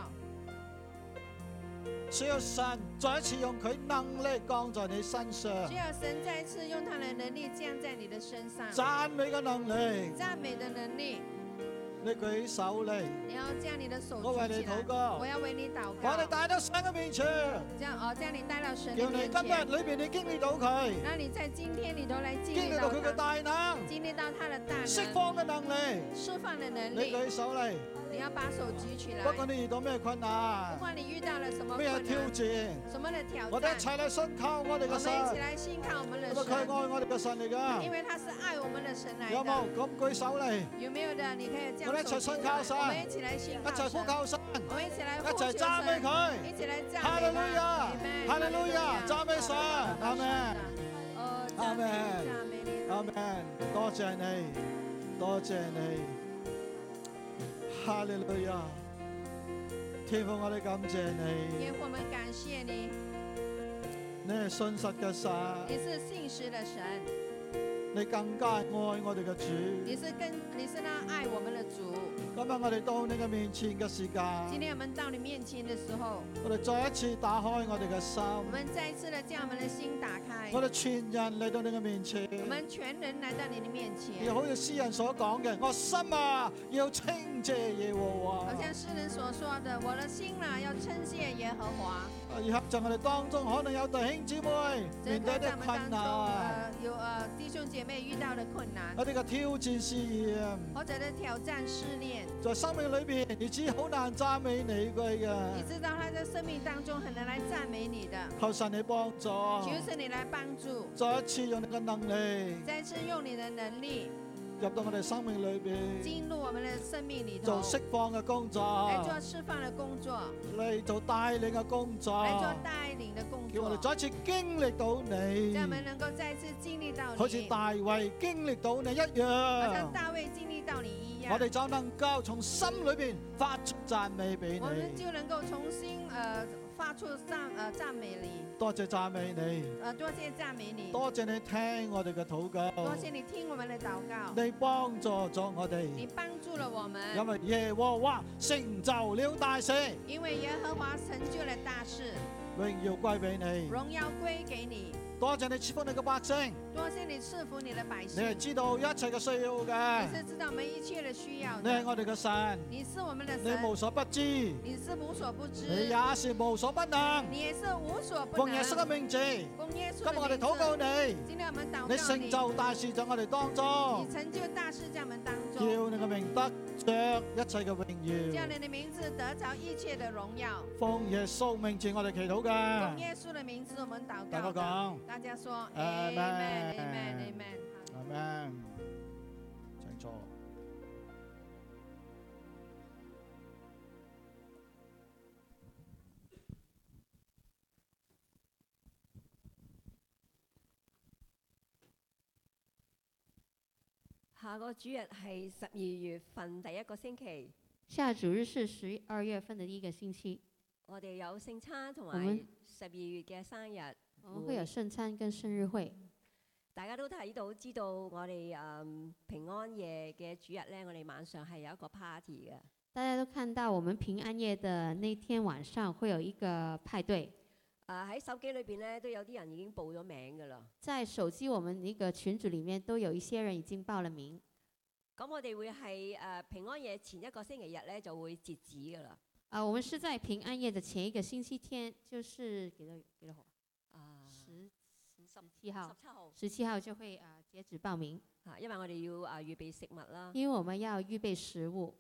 [SPEAKER 2] 需要神再一次用佢能力降在你身上，
[SPEAKER 1] 需要神再次用他的能力降在你的身上，
[SPEAKER 2] 讚美嘅能力，
[SPEAKER 1] 赞美的能力，
[SPEAKER 2] 你舉手嚟，
[SPEAKER 1] 你要将你的手
[SPEAKER 2] 我為
[SPEAKER 1] 举
[SPEAKER 2] 你
[SPEAKER 1] 起来
[SPEAKER 2] 禱。告
[SPEAKER 1] 我，要为你祷
[SPEAKER 2] 把
[SPEAKER 1] 告，
[SPEAKER 2] 你帶到神嘅面前，
[SPEAKER 1] 将哦将你带到神
[SPEAKER 2] 叫
[SPEAKER 1] 的
[SPEAKER 2] 你
[SPEAKER 1] 面
[SPEAKER 2] 今日
[SPEAKER 1] 前，
[SPEAKER 2] 裏边你經歷到佢，
[SPEAKER 1] 让你在今天里头来经
[SPEAKER 2] 經
[SPEAKER 1] 历
[SPEAKER 2] 歷到
[SPEAKER 1] 到
[SPEAKER 2] 佢嘅
[SPEAKER 1] 他，
[SPEAKER 2] 大能、
[SPEAKER 1] 经历到他的大
[SPEAKER 2] 釋
[SPEAKER 1] 能、
[SPEAKER 2] 放嘅能力，
[SPEAKER 1] 释放的能
[SPEAKER 2] 你
[SPEAKER 1] 力。
[SPEAKER 2] 舉手嚟。
[SPEAKER 1] 你要把手举起来。
[SPEAKER 2] 不管你遇到咩困難
[SPEAKER 1] 不，管你遇到了什么
[SPEAKER 2] 咩啊
[SPEAKER 1] 困
[SPEAKER 2] 挑
[SPEAKER 1] 难，
[SPEAKER 2] 戰，
[SPEAKER 1] 什么的挑
[SPEAKER 2] 我哋
[SPEAKER 1] 战，
[SPEAKER 2] 一齊嚟信靠我哋
[SPEAKER 1] 我们
[SPEAKER 2] 嘅
[SPEAKER 1] 一起
[SPEAKER 2] 神，
[SPEAKER 1] 来信靠我们的
[SPEAKER 2] 因為佢係
[SPEAKER 1] 神，
[SPEAKER 2] 愛我哋嘅神嚟㗎。
[SPEAKER 1] 因为他是爱我们的神来
[SPEAKER 2] 啊有冇
[SPEAKER 1] 的。
[SPEAKER 2] 咁舉手嚟？
[SPEAKER 1] 有没有的？你可以这
[SPEAKER 2] 我
[SPEAKER 1] 样
[SPEAKER 2] 们一起
[SPEAKER 1] 手举
[SPEAKER 2] 信
[SPEAKER 1] 起来
[SPEAKER 2] 靠神
[SPEAKER 1] 我们一起来信
[SPEAKER 2] 一
[SPEAKER 1] 靠
[SPEAKER 2] 齊呼
[SPEAKER 1] 神，
[SPEAKER 2] 靠神，
[SPEAKER 1] 我们一起来
[SPEAKER 2] 一
[SPEAKER 1] 呼
[SPEAKER 2] 齊
[SPEAKER 1] 求
[SPEAKER 2] 讚美
[SPEAKER 1] 神，
[SPEAKER 2] 佢。
[SPEAKER 1] 一起来赞
[SPEAKER 2] 哈利
[SPEAKER 1] 美
[SPEAKER 2] 路
[SPEAKER 1] 他
[SPEAKER 2] 亞，
[SPEAKER 1] Amen，
[SPEAKER 2] 哈利路亞，
[SPEAKER 1] Amen，
[SPEAKER 2] 讚美神，阿
[SPEAKER 1] 神啊
[SPEAKER 2] 門，
[SPEAKER 1] 哦，赞美你，赞美你，
[SPEAKER 2] Amen 阿門。多謝你，多謝你，哈利路亞。天父，我哋感謝
[SPEAKER 1] 耶
[SPEAKER 2] 你，
[SPEAKER 1] 和我们感谢你，
[SPEAKER 2] 你係信實嘅神，
[SPEAKER 1] 你是信实的神，
[SPEAKER 2] 你更加愛我哋嘅主。
[SPEAKER 1] 你是更你是那爱我们的主。
[SPEAKER 2] 今日我哋到你嘅面前嘅時
[SPEAKER 1] 今
[SPEAKER 2] 間，
[SPEAKER 1] 天我们到你面前的时候，
[SPEAKER 2] 我哋再一次打開我哋嘅心，
[SPEAKER 1] 我们再一次的将我们的心打开，
[SPEAKER 2] 我哋全人嚟到你嘅面前，
[SPEAKER 1] 我们全人来到你的面前
[SPEAKER 2] 而。好似詩人所講嘅，我心啊要稱謝耶和華
[SPEAKER 1] 好。像诗人所说的，我的心啊要称谢耶和华。
[SPEAKER 2] 而合就我哋當中可能有弟兄姊妹
[SPEAKER 1] 这个
[SPEAKER 2] 面對
[SPEAKER 1] 在
[SPEAKER 2] 啲
[SPEAKER 1] 我们当中，
[SPEAKER 2] 困難啊，
[SPEAKER 1] 呃，有呃弟兄姐妹遇到的困难，
[SPEAKER 2] 有啲嘅挑戰試驗，
[SPEAKER 1] 或者的挑战试炼，
[SPEAKER 2] 在生命裏邊，你知好難讚美你佢
[SPEAKER 1] 你
[SPEAKER 2] 嘅。
[SPEAKER 1] 知道他在生命当中很难来赞美你的，
[SPEAKER 2] 求神你幫助，
[SPEAKER 1] 求神你来帮助，
[SPEAKER 2] 再一次用你嘅能力
[SPEAKER 1] 再次用你的能力
[SPEAKER 2] 入到我哋生命裏邊，
[SPEAKER 1] 进入我们的生命里头
[SPEAKER 2] 做，釋放啊嘅工作，
[SPEAKER 1] 来做释放的工作，
[SPEAKER 2] 嚟做帶領嘅工作，
[SPEAKER 1] 来做带领的工
[SPEAKER 2] 叫我
[SPEAKER 1] 作
[SPEAKER 2] 哋，再一次經歷到
[SPEAKER 1] 让我们
[SPEAKER 2] 你，
[SPEAKER 1] 能够再次经历到
[SPEAKER 2] 好似
[SPEAKER 1] 你，
[SPEAKER 2] 大啊衛經歷到你一
[SPEAKER 1] 好像
[SPEAKER 2] 樣。
[SPEAKER 1] 大卫经历到你一样
[SPEAKER 2] 我。哋就能夠從心裏邊發出讚美俾
[SPEAKER 1] 我们
[SPEAKER 2] 你。
[SPEAKER 1] 就能够重新呃发出赞呃赞美你，
[SPEAKER 2] 多謝讚美你，
[SPEAKER 1] 呃多谢赞美你，
[SPEAKER 2] 多謝你聽我哋嘅禱告
[SPEAKER 1] 多，谢你听我们的祷告，
[SPEAKER 2] 你幫助咗我
[SPEAKER 1] 你
[SPEAKER 2] 哋，
[SPEAKER 1] 帮助了我
[SPEAKER 2] 因
[SPEAKER 1] 们，
[SPEAKER 2] 為耶和華成就了大事，
[SPEAKER 1] 因为耶和華成就了大事，
[SPEAKER 2] 榮耀歸俾你。
[SPEAKER 1] 荣耀归给你，
[SPEAKER 2] 多謝你賜福你嘅百姓，
[SPEAKER 1] 多谢你赐福你的百
[SPEAKER 2] 你係
[SPEAKER 1] 姓，
[SPEAKER 2] 知道一切嘅需要
[SPEAKER 1] 你
[SPEAKER 2] 嘅，
[SPEAKER 1] 是知道我们一切的需要
[SPEAKER 2] 你係
[SPEAKER 1] 的，
[SPEAKER 2] 我哋嘅神，
[SPEAKER 1] 你是我们的
[SPEAKER 2] 你
[SPEAKER 1] 神
[SPEAKER 2] 無，所不知，你
[SPEAKER 1] 你是无所不知，
[SPEAKER 2] 也是無所不能。
[SPEAKER 1] 你也是无所不
[SPEAKER 2] 哎奉
[SPEAKER 1] 能
[SPEAKER 2] 耶。穌嘅名字，今
[SPEAKER 1] 奉耶稣
[SPEAKER 2] 日我
[SPEAKER 1] 的
[SPEAKER 2] 哋禱告
[SPEAKER 1] 名字，
[SPEAKER 2] 你，
[SPEAKER 1] 今天我们祷
[SPEAKER 2] 你
[SPEAKER 1] 告
[SPEAKER 2] 成
[SPEAKER 1] 你，
[SPEAKER 2] 就大事在我哋當中
[SPEAKER 1] 你，成就大事在我们当中，
[SPEAKER 2] 叫你嘅名得
[SPEAKER 1] 叫
[SPEAKER 2] 着一切嘅榮耀。
[SPEAKER 1] 你的名字得着一切的荣耀。
[SPEAKER 2] 奉耶穌名字，我哋祈禱
[SPEAKER 1] 奉
[SPEAKER 2] 嘅。
[SPEAKER 1] 耶稣的名字，我们嗯祷
[SPEAKER 2] 大
[SPEAKER 1] 告的。
[SPEAKER 2] 家講，
[SPEAKER 1] 大家说
[SPEAKER 2] Amen
[SPEAKER 1] Amen，Amen，Amen。
[SPEAKER 2] 阿 m 請坐。
[SPEAKER 5] 下個主日係十二月份第一個星期，
[SPEAKER 4] 下主日是十二月份的第一个星期，
[SPEAKER 5] 我哋有聖餐同
[SPEAKER 4] 好
[SPEAKER 5] 埋
[SPEAKER 4] 咩
[SPEAKER 5] 十二月嘅生日，
[SPEAKER 4] 我们会有
[SPEAKER 5] 嗯
[SPEAKER 4] 圣餐跟生日会。
[SPEAKER 5] 大家都睇到知道我哋誒、嗯平安夜嘅主日咧，我哋晚上係有一個 party 嘅。
[SPEAKER 4] 大家都看到，我们平安夜的那天晚上会有一个派对，
[SPEAKER 5] 啊喺手機裏邊咧都有啲人已經報咗名㗎啦。
[SPEAKER 4] 在手机我们那个群组里面都有一些人已经报了名。
[SPEAKER 5] 咁我哋會係誒、呃平安夜前一個星期日咧就會截止㗎啦。
[SPEAKER 4] 啊，我们是在平安夜的前一个星期天，就是几多几多号？
[SPEAKER 5] 啊，
[SPEAKER 4] 十
[SPEAKER 5] 十
[SPEAKER 4] 七号
[SPEAKER 5] 十，七號
[SPEAKER 4] 十七号就会啊截止报名，
[SPEAKER 5] 啊，因為我哋要啊預備食物啦。
[SPEAKER 4] 因为我们要预备食物，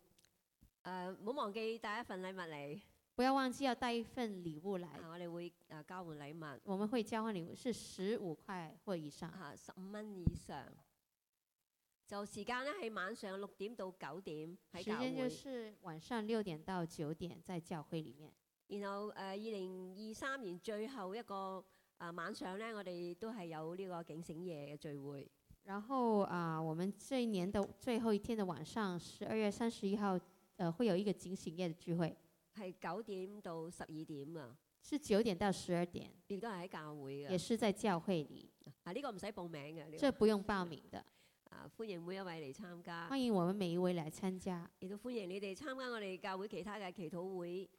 [SPEAKER 5] 誒唔好忘記帶一份禮物嚟，
[SPEAKER 4] 不要忘记要带一份礼物来。
[SPEAKER 5] 啊我哋會啊交換禮物。
[SPEAKER 4] 我们会交换礼物，是十五块或以上。
[SPEAKER 5] 啊十五蚊以上。就時間咧係晚上六點到九點喺
[SPEAKER 4] 时
[SPEAKER 5] 教
[SPEAKER 4] 间就
[SPEAKER 5] 會，
[SPEAKER 4] 是晚上六点到九点，在教会里面。
[SPEAKER 5] 然後誒二零二三年最後一個啊、晚上咧，我哋都係有呢個警醒夜嘅聚會。
[SPEAKER 4] 然后啊、我们这一年的最后一天的晚上，十二月三十一号，呃，会有一個警醒夜的聚會，
[SPEAKER 5] 係九點到十二點啊，
[SPEAKER 4] 是九點到十二點，
[SPEAKER 5] 亦都係喺教會嘅。
[SPEAKER 4] 也是在教會里，
[SPEAKER 5] 啊啊，呢、個唔使報名嘅，呢、
[SPEAKER 4] 这
[SPEAKER 5] 個
[SPEAKER 4] 不用報名的，
[SPEAKER 5] 啊歡迎每一位嚟參加
[SPEAKER 4] 歡，迎我們每一位來參加，
[SPEAKER 5] 亦都歡迎你哋參加我哋教會其他嘅祈禱會。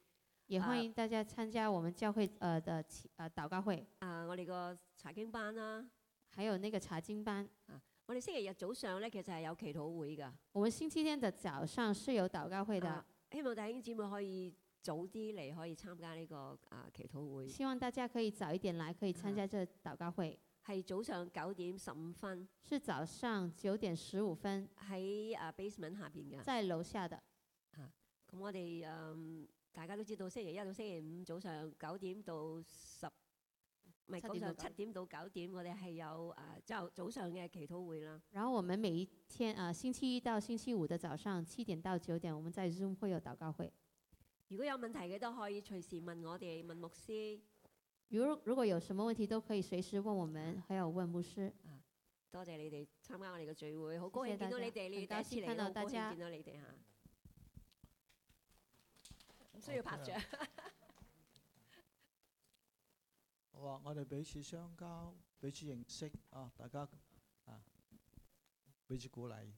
[SPEAKER 4] 也
[SPEAKER 5] 啊
[SPEAKER 4] 歡迎大家參加我們教會呃的祈呃禱告會，
[SPEAKER 5] 啊，我哋個查經班啦，
[SPEAKER 4] 還有那個查經班。
[SPEAKER 5] 我哋星期日早上咧其實係有祈禱會㗎。
[SPEAKER 4] 我們星期天的早上是有禱告會的
[SPEAKER 5] 啊，希望弟兄姊妹可以早啲嚟，可以參加呢、個啊祈禱會，
[SPEAKER 4] 希望大家可以早一點來，可以
[SPEAKER 5] 啊
[SPEAKER 4] 參加這禱告會，
[SPEAKER 5] 係早上九點十五分
[SPEAKER 4] 是早上九點十五分，
[SPEAKER 5] 喺啊 basement 下邊嘅。
[SPEAKER 4] 在樓下的。
[SPEAKER 5] 咁我哋嗯大家都知道，星期一到星期五早上九點到十。唔係
[SPEAKER 4] 七
[SPEAKER 5] 早
[SPEAKER 4] 點
[SPEAKER 5] 上
[SPEAKER 4] 到
[SPEAKER 5] 七
[SPEAKER 4] 九
[SPEAKER 5] 點到九點，我哋係有啊朝早上嘅祈禱會啦。
[SPEAKER 4] 然后我们每一天啊、呃星期一到星期五的早上七点到九点，我们在 Zoom 会有祷告会。
[SPEAKER 5] 如果有問題嘅都可以隨時問我哋，問牧師。
[SPEAKER 4] 如如果有什么问题，都可以随时问我们，还有问牧师。
[SPEAKER 5] 多謝你哋參加我哋嘅聚會，好高
[SPEAKER 4] 謝謝
[SPEAKER 5] 興見到
[SPEAKER 4] 大家
[SPEAKER 5] 你哋，你
[SPEAKER 4] 很
[SPEAKER 5] 哋
[SPEAKER 4] 高興
[SPEAKER 5] 第一次嚟
[SPEAKER 4] 看
[SPEAKER 5] 啦，
[SPEAKER 4] 到
[SPEAKER 5] 好
[SPEAKER 4] 大
[SPEAKER 5] 高興
[SPEAKER 4] 家
[SPEAKER 5] 見到你哋嚇。需要拍掌。
[SPEAKER 2] 我話我哋彼 Ờ, à. 此相交，彼此認識啊，大家啊，彼此鼓勵。